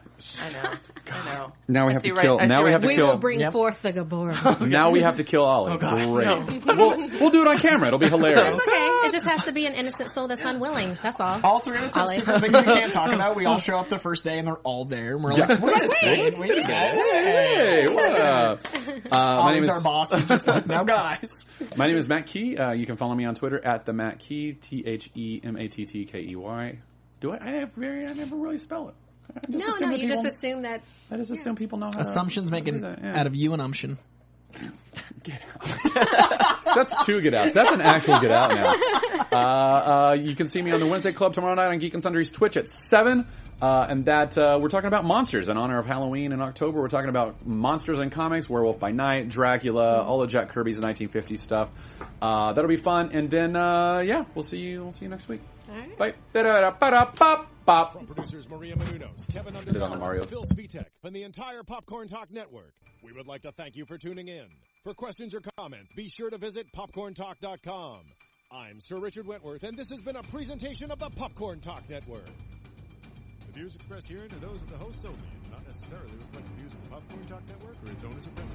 Speaker 5: I know. I know.
Speaker 2: Now we
Speaker 5: I
Speaker 2: have
Speaker 5: see
Speaker 2: to
Speaker 5: right-
Speaker 2: kill.
Speaker 5: I see
Speaker 2: now we
Speaker 5: right
Speaker 2: have to
Speaker 6: We
Speaker 5: through
Speaker 2: kill.
Speaker 6: will bring
Speaker 4: Yep.
Speaker 6: forth the Gabora.
Speaker 2: Now we have to kill Ollie.
Speaker 5: Oh,
Speaker 2: Great. We'll, we'll do it on camera. It'll be hilarious.
Speaker 6: That's okay. It just has to be an innocent soul that's unwilling. That's all.
Speaker 4: All three of us have
Speaker 6: Ollie.
Speaker 4: super things we can't talk about. We all show up the first day and they're all there and we're like, we're the same. We
Speaker 2: Hey, what up? Uh, my name
Speaker 4: Ollie's
Speaker 2: is
Speaker 4: our boss. He's just like, now guys.
Speaker 2: my name is Matt Key. Uh, you can follow me on Twitter at the Matt Key T H E M A T T K E Y. Do I? I have very. I never really spell it. I just
Speaker 6: No,
Speaker 2: assume
Speaker 6: no,
Speaker 2: that
Speaker 6: you
Speaker 2: people-
Speaker 6: just assume that.
Speaker 2: I just assume people know how to-
Speaker 4: Assumptions making
Speaker 2: Yeah, yeah.
Speaker 4: out of you an umption.
Speaker 2: That's two get outs. That's an actual get out now. Uh, uh, you can see me on the Wednesday Club tomorrow night on Geek and Sundry's Twitch at seven. Uh, and that uh, we're talking about monsters in honor of Halloween in October. We're talking about monsters in comics, Werewolf by Night, Dracula, all of Jack Kirby's 1950s stuff. Uh, that'll be fun. And then uh, yeah, we'll see you. We'll see you next week. Bye. Da-da-da-ba-da-bop-bop.
Speaker 3: From producers Maria Menounos, Kevin
Speaker 2: it on the Mario.
Speaker 3: Undergaro, Phil Spitek, and the entire Popcorn Talk Network, we would like to thank you for tuning in. For questions or comments, be sure to visit popcorntalk.com. I'm Sir Richard Wentworth, and this has been a presentation of the Popcorn Talk Network. The views expressed herein are those of the hosts only and do not necessarily reflect the views of the Popcorn Talk Network or its owners or principals.